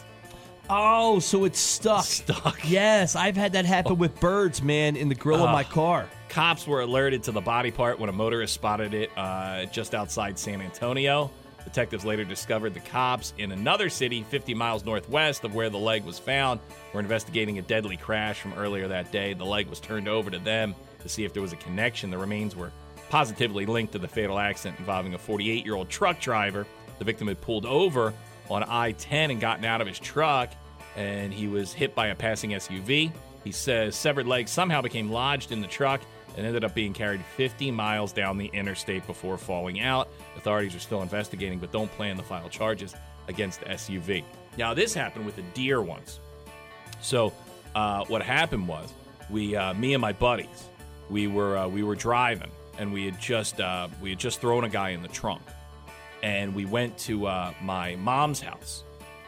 [SPEAKER 2] Oh, so it's stuck. Stuck. Yes, I've had that happen with birds, man, in the grill of
[SPEAKER 1] Ugh.
[SPEAKER 2] my car.
[SPEAKER 1] Cops were alerted to the body part when a motorist spotted it uh, just outside San Antonio. Detectives later discovered the cops in another city 50 miles northwest of where the leg was found were investigating a deadly crash from earlier that day. The leg was turned over to them to see if there was a connection. The remains were positively linked to the fatal accident involving a 48 year old truck driver. The victim had pulled over on I 10 and gotten out of his truck, and he was hit by a passing SUV. He says severed leg somehow became lodged in the truck and ended up being carried 50 miles down the interstate before falling out. Authorities are still investigating, but don't plan to file charges against the SUV. Now, this happened with a deer once. So, uh, what happened was, we, uh, me and my buddies, we were uh, we were driving, and we had just uh, we had just thrown a guy in the trunk, and we went to uh, my mom's house,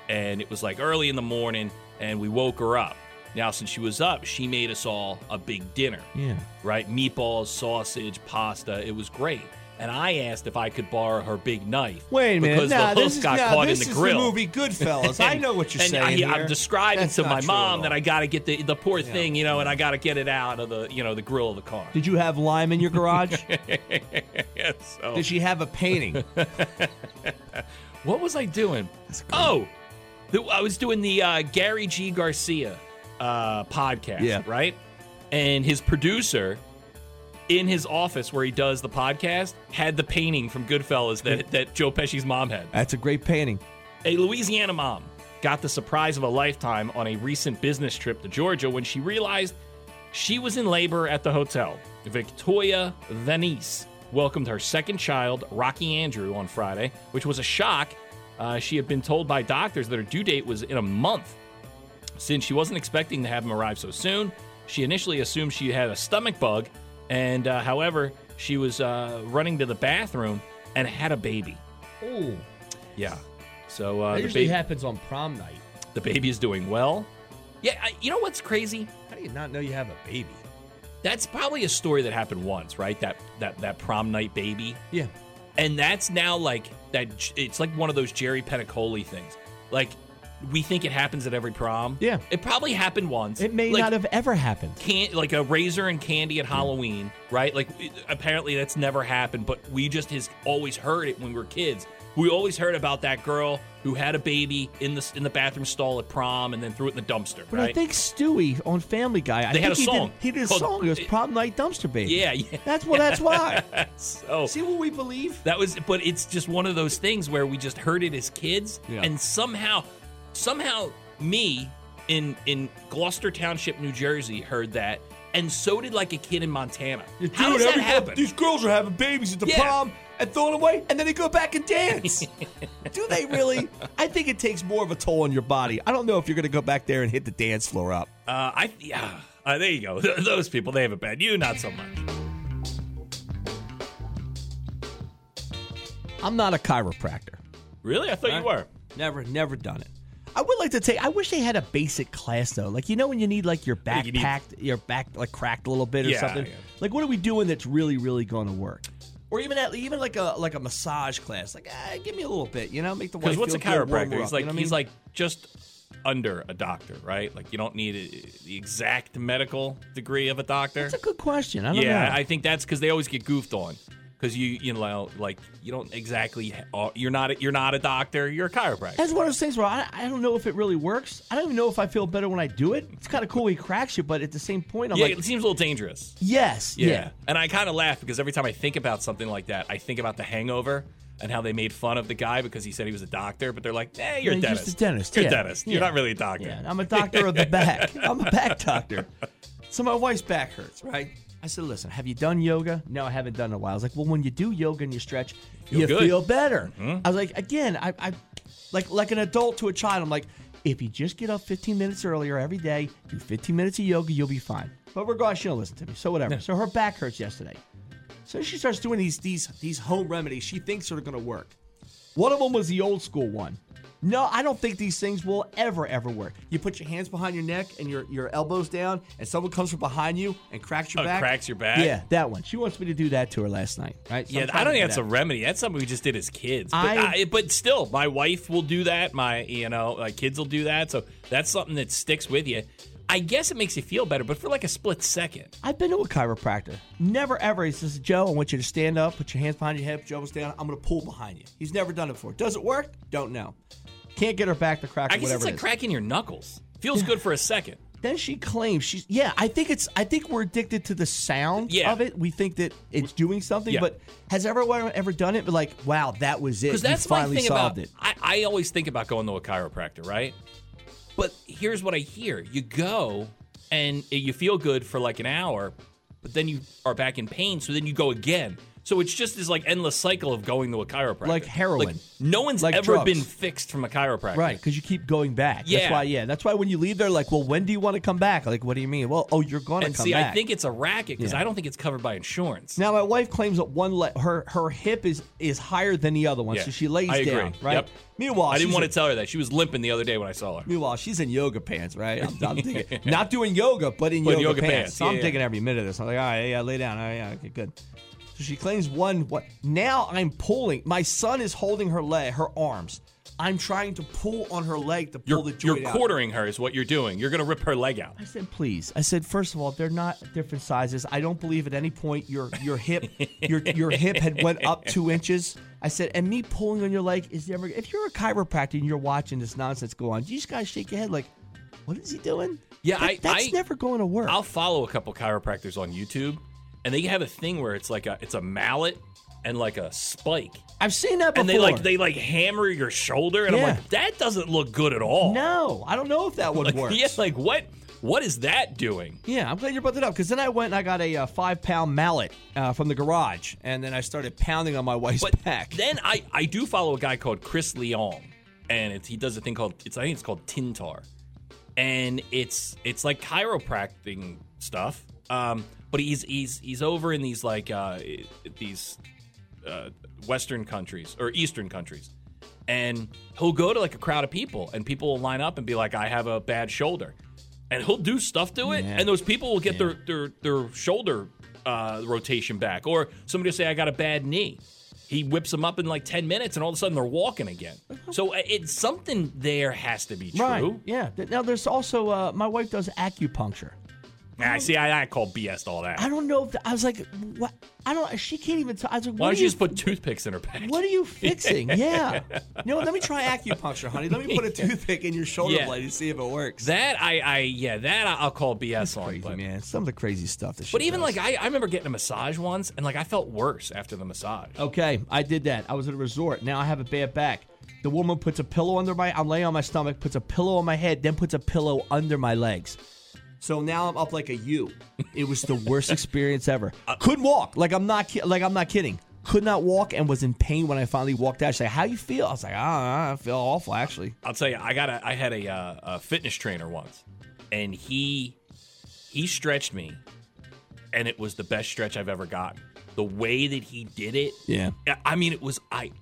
[SPEAKER 1] and it was like early in the morning, and we woke her up. Now, since she was up, she made us all a big dinner
[SPEAKER 2] Yeah.
[SPEAKER 1] right? Meatballs, sausage, pasta. It was great. And I asked if I could borrow her big knife.
[SPEAKER 2] Wait a minute.
[SPEAKER 1] Because
[SPEAKER 2] Nah,
[SPEAKER 1] the
[SPEAKER 2] this
[SPEAKER 1] hook
[SPEAKER 2] is-
[SPEAKER 1] got
[SPEAKER 2] nah,
[SPEAKER 1] caught
[SPEAKER 2] this
[SPEAKER 1] in the
[SPEAKER 2] is the
[SPEAKER 1] grill.
[SPEAKER 2] movie Goodfellas. I know what you're
[SPEAKER 1] and
[SPEAKER 2] saying
[SPEAKER 1] I,
[SPEAKER 2] here.
[SPEAKER 1] am describing
[SPEAKER 2] That's
[SPEAKER 1] to
[SPEAKER 2] not
[SPEAKER 1] my
[SPEAKER 2] true
[SPEAKER 1] mom
[SPEAKER 2] at
[SPEAKER 1] that I got to get the the poor thing, you know, and I got to get it out of the you know the grill of the car.
[SPEAKER 2] Did you have lime in your garage?
[SPEAKER 1] yes. So.
[SPEAKER 2] Did she have a painting?
[SPEAKER 1] What was I doing? Oh, the, I was doing the uh, Gary G. Garcia uh, podcast,
[SPEAKER 2] Yeah.
[SPEAKER 1] right? And his producer in his office where he does the podcast had the painting from Goodfellas that, that Joe Pesci's mom had.
[SPEAKER 2] That's a great painting.
[SPEAKER 1] A Louisiana mom got the surprise of a lifetime on a recent business trip to Georgia when she realized she was in labor at the hotel. Victoria Venice welcomed her second child, Rocky Andrew, on Friday, which was a shock. Uh, she had been told by doctors that her due date was in a month. Since she wasn't expecting to have him arrive so soon, she initially assumed she had a stomach bug, and uh, however, she was uh, running to the bathroom and had a baby.
[SPEAKER 2] Oh,
[SPEAKER 1] Yeah. So uh,
[SPEAKER 2] that
[SPEAKER 1] the
[SPEAKER 2] usually
[SPEAKER 1] baby
[SPEAKER 2] happens on prom night.
[SPEAKER 1] the baby is doing well. Yeah, I, you know what's crazy?
[SPEAKER 2] How do you not know you have a baby?
[SPEAKER 1] That's probably a story that happened once, right? That that that prom night baby.
[SPEAKER 2] Yeah.
[SPEAKER 1] And that's now like that. It's like one of those Jerry Pentacoli things. Like we think it happens at every prom.
[SPEAKER 2] Yeah.
[SPEAKER 1] It probably happened once.
[SPEAKER 2] It may
[SPEAKER 1] Like,
[SPEAKER 2] not have ever happened.
[SPEAKER 1] can like a razor and candy at Halloween, right? Like it- apparently that's never happened, but we just has always heard it when we were kids. We always heard about that girl who had a baby in the in the bathroom stall at prom and then threw it in the dumpster,
[SPEAKER 2] But
[SPEAKER 1] right?
[SPEAKER 2] I think Stewie on Family Guy, I
[SPEAKER 1] They
[SPEAKER 2] think
[SPEAKER 1] had a
[SPEAKER 2] he
[SPEAKER 1] song
[SPEAKER 2] Did, he did a
[SPEAKER 1] called-
[SPEAKER 2] song. It was Prom Night Dumpster Baby.
[SPEAKER 1] yeah, yeah.
[SPEAKER 2] That's well. That's why.
[SPEAKER 1] so
[SPEAKER 2] See what we believe?
[SPEAKER 1] that was but it's just one of those things where we just heard it as kids
[SPEAKER 2] Yeah.
[SPEAKER 1] and somehow somehow me in in Gloucester Township, New Jersey heard that and so did like a kid in Montana. How does that happen?
[SPEAKER 2] These girls are having babies at the
[SPEAKER 1] Yeah.
[SPEAKER 2] prom and throwing away, and then they go back and dance. Do they really? I think it takes more of a toll on your body. I don't know if you're going to go back there and hit the dance floor up.
[SPEAKER 1] Uh, I yeah. Uh, there you go. Th- Those people they have it bad. You not so much.
[SPEAKER 2] I'm not a chiropractor.
[SPEAKER 1] Really? I thought you were.
[SPEAKER 2] Never, never done it. I would like to take. I wish they had a basic class though. Like you know when you need like your back
[SPEAKER 1] You need-
[SPEAKER 2] packed, your back like cracked a little bit or
[SPEAKER 1] Yeah,
[SPEAKER 2] something.
[SPEAKER 1] yeah.
[SPEAKER 2] Like what are we doing that's really, really going to work? Or even at, even like a like a massage class. Like ah, give me a little bit, you know, make the
[SPEAKER 1] Because
[SPEAKER 2] wife
[SPEAKER 1] what's a
[SPEAKER 2] feel good, warm her
[SPEAKER 1] chiropractor? He's
[SPEAKER 2] up,
[SPEAKER 1] like
[SPEAKER 2] you know what I
[SPEAKER 1] he's
[SPEAKER 2] mean?
[SPEAKER 1] like just under a doctor, right? Like you don't need a, the exact medical degree of a doctor.
[SPEAKER 2] That's a good question. I don't
[SPEAKER 1] yeah,
[SPEAKER 2] know.
[SPEAKER 1] I think that's because they always get goofed on. because you you know like you don't exactly ha- uh, you're not you're not a doctor. You're a chiropractor.
[SPEAKER 2] That's one of those things where I, I don't know if it really works. I don't even know if I feel better when I do it. It's kind of cool he cracks you, but at the same point, I'm
[SPEAKER 1] yeah,
[SPEAKER 2] like,
[SPEAKER 1] it seems a little dangerous.
[SPEAKER 2] yes, yeah.
[SPEAKER 1] And I kind of laugh because every time I think about something like that, I think about The Hangover and how they made fun of the guy because he said he was a doctor, but they're like, "Hey, you're a
[SPEAKER 2] He's
[SPEAKER 1] dentist.
[SPEAKER 2] just a dentist,
[SPEAKER 1] You're
[SPEAKER 2] yeah,
[SPEAKER 1] a dentist. You're
[SPEAKER 2] yeah.
[SPEAKER 1] not really a doctor."
[SPEAKER 2] Yeah, I'm a doctor of the back. I'm a back doctor. So my wife's back hurts, right? I said, listen, have you done yoga? No, I haven't done in a while. I was like, well, when you do yoga and you stretch,
[SPEAKER 1] Feel
[SPEAKER 2] you
[SPEAKER 1] good. Mm-hmm.
[SPEAKER 2] feel better. I was like, again, I, I like like an adult to a child, I'm like, if you just get up 15 minutes earlier every day, do 15 minutes of yoga, you'll be fine. But regardless, she don't listen to me. So whatever. So her back hurts yesterday. So she starts doing these these these home remedies she thinks are gonna work. One of them was the old school one. No, I don't think these things will ever, ever work. You put your hands behind your neck and your, your elbows down, and someone comes from behind you and cracks your
[SPEAKER 1] Oh,
[SPEAKER 2] back.
[SPEAKER 1] cracks your back?
[SPEAKER 2] Yeah, that one. She wants me to do that to her last night. Right? So I'm
[SPEAKER 1] Yeah,
[SPEAKER 2] trying to
[SPEAKER 1] I don't
[SPEAKER 2] do
[SPEAKER 1] think that's
[SPEAKER 2] that.
[SPEAKER 1] a remedy. That's something we just did as kids. But,
[SPEAKER 2] I-
[SPEAKER 1] I, but still, my wife will do that. My, you know, my kids will do that. So that's something that sticks with you. I guess it makes you feel better, but for like a split second.
[SPEAKER 2] I've been to a chiropractor. Never ever. He says, Joe, I want you to stand up, put your hands behind your head, put your elbows down. I'm going to pull behind you. He's never done it before. Does it work? Don't know. Can't get her back to crack
[SPEAKER 1] I
[SPEAKER 2] or
[SPEAKER 1] guess
[SPEAKER 2] whatever.
[SPEAKER 1] it's
[SPEAKER 2] it
[SPEAKER 1] like
[SPEAKER 2] is.
[SPEAKER 1] cracking your knuckles. Feels good for a second.
[SPEAKER 2] Then she claims she's yeah. I think it's I think we're addicted to the sound
[SPEAKER 1] Yeah.
[SPEAKER 2] of it. We think that it's doing something,
[SPEAKER 1] Yeah.
[SPEAKER 2] but has everyone ever done it? But like, wow, that was it.
[SPEAKER 1] Because
[SPEAKER 2] You
[SPEAKER 1] that's my
[SPEAKER 2] finally
[SPEAKER 1] thing
[SPEAKER 2] solved
[SPEAKER 1] about
[SPEAKER 2] it.
[SPEAKER 1] I, I always think about going to a chiropractor, right? But here's what I hear: you go and you feel good for like an hour, but then you are back in pain, so then you go again. So it's just this like endless cycle of going to a chiropractor,
[SPEAKER 2] Like heroin.
[SPEAKER 1] no one's
[SPEAKER 2] Like
[SPEAKER 1] ever
[SPEAKER 2] drugs.
[SPEAKER 1] been fixed from a chiropractor,
[SPEAKER 2] Right, because you keep going back. That's
[SPEAKER 1] Yeah.
[SPEAKER 2] why, yeah. That's why when you leave, they're like, well, when do you want to come back? Like, what do you mean? Well, oh, you're going to
[SPEAKER 1] And
[SPEAKER 2] come
[SPEAKER 1] see,
[SPEAKER 2] back.
[SPEAKER 1] I think it's a racket because
[SPEAKER 2] Yeah.
[SPEAKER 1] I don't think it's covered by insurance.
[SPEAKER 2] Now my wife claims that one le- her her hip is is higher than the other one,
[SPEAKER 1] Yeah,
[SPEAKER 2] so she lays
[SPEAKER 1] I agree.
[SPEAKER 2] down. Right.
[SPEAKER 1] Yep.
[SPEAKER 2] Meanwhile,
[SPEAKER 1] I didn't
[SPEAKER 2] she's
[SPEAKER 1] want
[SPEAKER 2] in-
[SPEAKER 1] to tell her that she was limping the other day when I saw her.
[SPEAKER 2] Meanwhile, she's in yoga pants, right? I'm, I'm digging, not doing yoga, but in
[SPEAKER 1] But
[SPEAKER 2] yoga,
[SPEAKER 1] yoga
[SPEAKER 2] pants.
[SPEAKER 1] pants,
[SPEAKER 2] So I'm
[SPEAKER 1] yeah,
[SPEAKER 2] digging
[SPEAKER 1] yeah.
[SPEAKER 2] every minute of this. I'm like, all right, yeah, lay down. All right, yeah, okay, good. So she claims one. What? Now I'm pulling. My son is holding her leg, her arms. I'm trying to pull on her leg to pull the
[SPEAKER 1] You're,
[SPEAKER 2] joint
[SPEAKER 1] you're
[SPEAKER 2] out.
[SPEAKER 1] quartering her, is what you're doing. You're going to rip her leg out.
[SPEAKER 2] I said, please. I said, first of all, they're not different sizes. I don't believe at any point your your hip your your hip had went up two inches. I said, and me pulling on your leg is never. If you're a chiropractor and you're watching this nonsense go on, you just gotta shake your head like, what is he doing?
[SPEAKER 1] Yeah,
[SPEAKER 2] That-
[SPEAKER 1] I-
[SPEAKER 2] that's
[SPEAKER 1] I-
[SPEAKER 2] never going to work.
[SPEAKER 1] I'll follow a couple chiropractors on YouTube, and they have a thing where it's like a it's a mallet and like a spike,
[SPEAKER 2] I've seen that before.
[SPEAKER 1] and they like they like hammer your shoulder, and
[SPEAKER 2] Yeah.
[SPEAKER 1] I'm like, that doesn't look good at all.
[SPEAKER 2] no, I don't know if that would
[SPEAKER 1] like,
[SPEAKER 2] work.
[SPEAKER 1] yeah, like what what is that doing?
[SPEAKER 2] Yeah, I'm glad you brought that up because then I went and I got a uh, five pound mallet uh, from the garage, and then I started pounding on my wife's
[SPEAKER 1] But
[SPEAKER 2] back.
[SPEAKER 1] then I I do follow a guy called Chris Leong, and it's, he does a thing called it's I think it's called Tintar, and it's it's like chiropractic stuff. Um, but he's he's he's over in these like uh these uh, Western countries or Eastern countries, and he'll go to like a crowd of people, and people will line up and be like, "I have a bad shoulder," and he'll do stuff to it,
[SPEAKER 2] Yeah.
[SPEAKER 1] and those people will get their their their shoulder uh, rotation back, or somebody will say, "I got a bad knee." He whips them up in like ten minutes, and all of a sudden they're walking again. So uh, it's something there has to be true.
[SPEAKER 2] Uh-huh. Right. Yeah. Th- Now there's also uh, my wife does acupuncture.
[SPEAKER 1] I see. I, I call BS to all that.
[SPEAKER 2] I don't know if I was like, what? I don't. She can't even. Tell. I was like,
[SPEAKER 1] Why
[SPEAKER 2] what
[SPEAKER 1] don't
[SPEAKER 2] are
[SPEAKER 1] you just put toothpicks in her back?
[SPEAKER 2] What are you fixing? yeah. No, let me try acupuncture, honey. Let me put a toothpick in your shoulder
[SPEAKER 1] Yeah.
[SPEAKER 2] blade and see if it works.
[SPEAKER 1] That I, I yeah, that I- I'll call BS on.
[SPEAKER 2] crazy,
[SPEAKER 1] but-
[SPEAKER 2] man. Some of the crazy stuff that she.
[SPEAKER 1] But even
[SPEAKER 2] does.
[SPEAKER 1] like I, I remember getting a massage once, and like I felt worse after the massage.
[SPEAKER 2] Okay, I did that. I was at a resort. Now I have a bad back. The woman puts a pillow under my. I'm laying on my stomach. Puts a pillow on my head. Then puts a pillow under my legs. So now I'm up like a U. It was the worst experience ever.
[SPEAKER 1] Uh,
[SPEAKER 2] Couldn't walk. Like I'm not. ki- Like I'm not kidding. Could not walk and was in pain when I finally walked out. She's like, "How you feel?" I was like, "Ah, I feel awful actually."
[SPEAKER 1] I'll tell you, I got a, I had a, uh, a fitness trainer once, and he he stretched me, and it was the best stretch I've ever gotten. The way that he did it,
[SPEAKER 2] Yeah.
[SPEAKER 1] I- I mean, it was I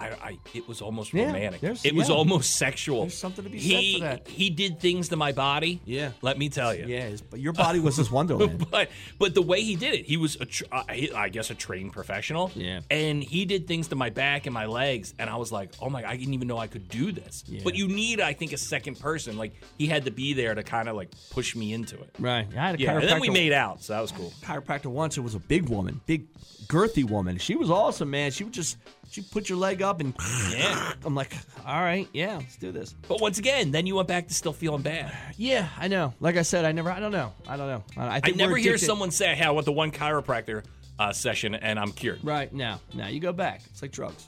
[SPEAKER 1] I, I it was almost
[SPEAKER 2] Yeah,
[SPEAKER 1] romantic.
[SPEAKER 2] there's-
[SPEAKER 1] It was
[SPEAKER 2] yeah.
[SPEAKER 1] almost sexual.
[SPEAKER 2] There's something to be said
[SPEAKER 1] he
[SPEAKER 2] for that.
[SPEAKER 1] he did things to my body.
[SPEAKER 2] Yeah.
[SPEAKER 1] let me tell you.
[SPEAKER 2] Yeah, his- but your body was his wonderland.
[SPEAKER 1] but but the way he did it, he was a tr- uh, he- I guess a trained professional.
[SPEAKER 2] Yeah.
[SPEAKER 1] and he did things to my back and my legs, and I was like, oh my, I didn't even know I could do this.
[SPEAKER 2] Yeah.
[SPEAKER 1] But you need, I think, a second person. Like he had to be there to kind of like push me into it.
[SPEAKER 2] Right. I had a
[SPEAKER 1] Yeah, and then we
[SPEAKER 2] chiropractor-
[SPEAKER 1] made out, so that was cool.
[SPEAKER 2] chiropractor once. It was a big woman, big girthy woman. She was awesome, man. She would just she put your leg up and
[SPEAKER 1] Yeah.
[SPEAKER 2] I'm like, all right, yeah, let's do this.
[SPEAKER 1] But once again, then you went back to still feeling bad.
[SPEAKER 2] Yeah, I know. Like I said, I never. I don't know. I don't know. I, I
[SPEAKER 1] I
[SPEAKER 2] think
[SPEAKER 1] never
[SPEAKER 2] we're
[SPEAKER 1] hear
[SPEAKER 2] addicted-
[SPEAKER 1] someone say, "Hey, I went to one chiropractor uh, session and I'm cured."
[SPEAKER 2] Right now, now you go back. It's like drugs.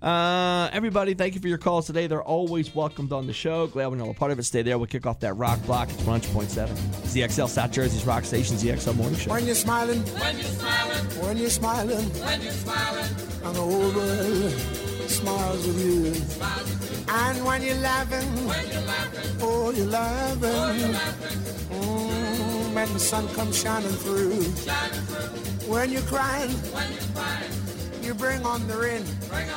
[SPEAKER 2] Uh, everybody, thank you for your calls today. They're always welcomed on the show. Glad we're all a part of it. Stay there. We'll kick off that rock block. It's Brunch Point Seven, ZXL South Jersey's Rock Station, ZXL Morning Show.
[SPEAKER 9] When you're smiling, when you're smiling, when you're smiling, when you're smiling, and the whole world smiles with you. And when you're laughing, when you're laughing, oh, you're laughing. Mm, when the sun comes shining through. When you're crying, when you're crying, you bring on the rain.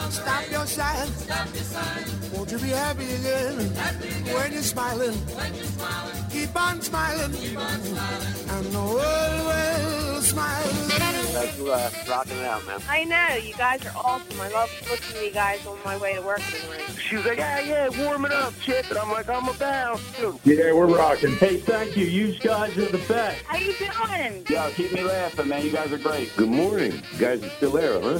[SPEAKER 9] Stop your sighing. Stop your sighing. Won't you be happy again? Happy again. When you're smiling, when you're smiling, keep on smiling. Keep on smiling. And the world will smile.
[SPEAKER 10] Guys, you uh, rocking it out, man.
[SPEAKER 11] I know, you guys are awesome. I love listening to you guys on my way to work in the morning.
[SPEAKER 10] She was like, yeah, yeah, warm it up, chick. And I'm like, I'm about to.
[SPEAKER 5] Yeah, we're rocking. Hey, thank you. You guys are the best.
[SPEAKER 11] How you doing?
[SPEAKER 10] Yo, keep me laughing, man. You guys are great.
[SPEAKER 12] Good morning. You guys are still there, huh?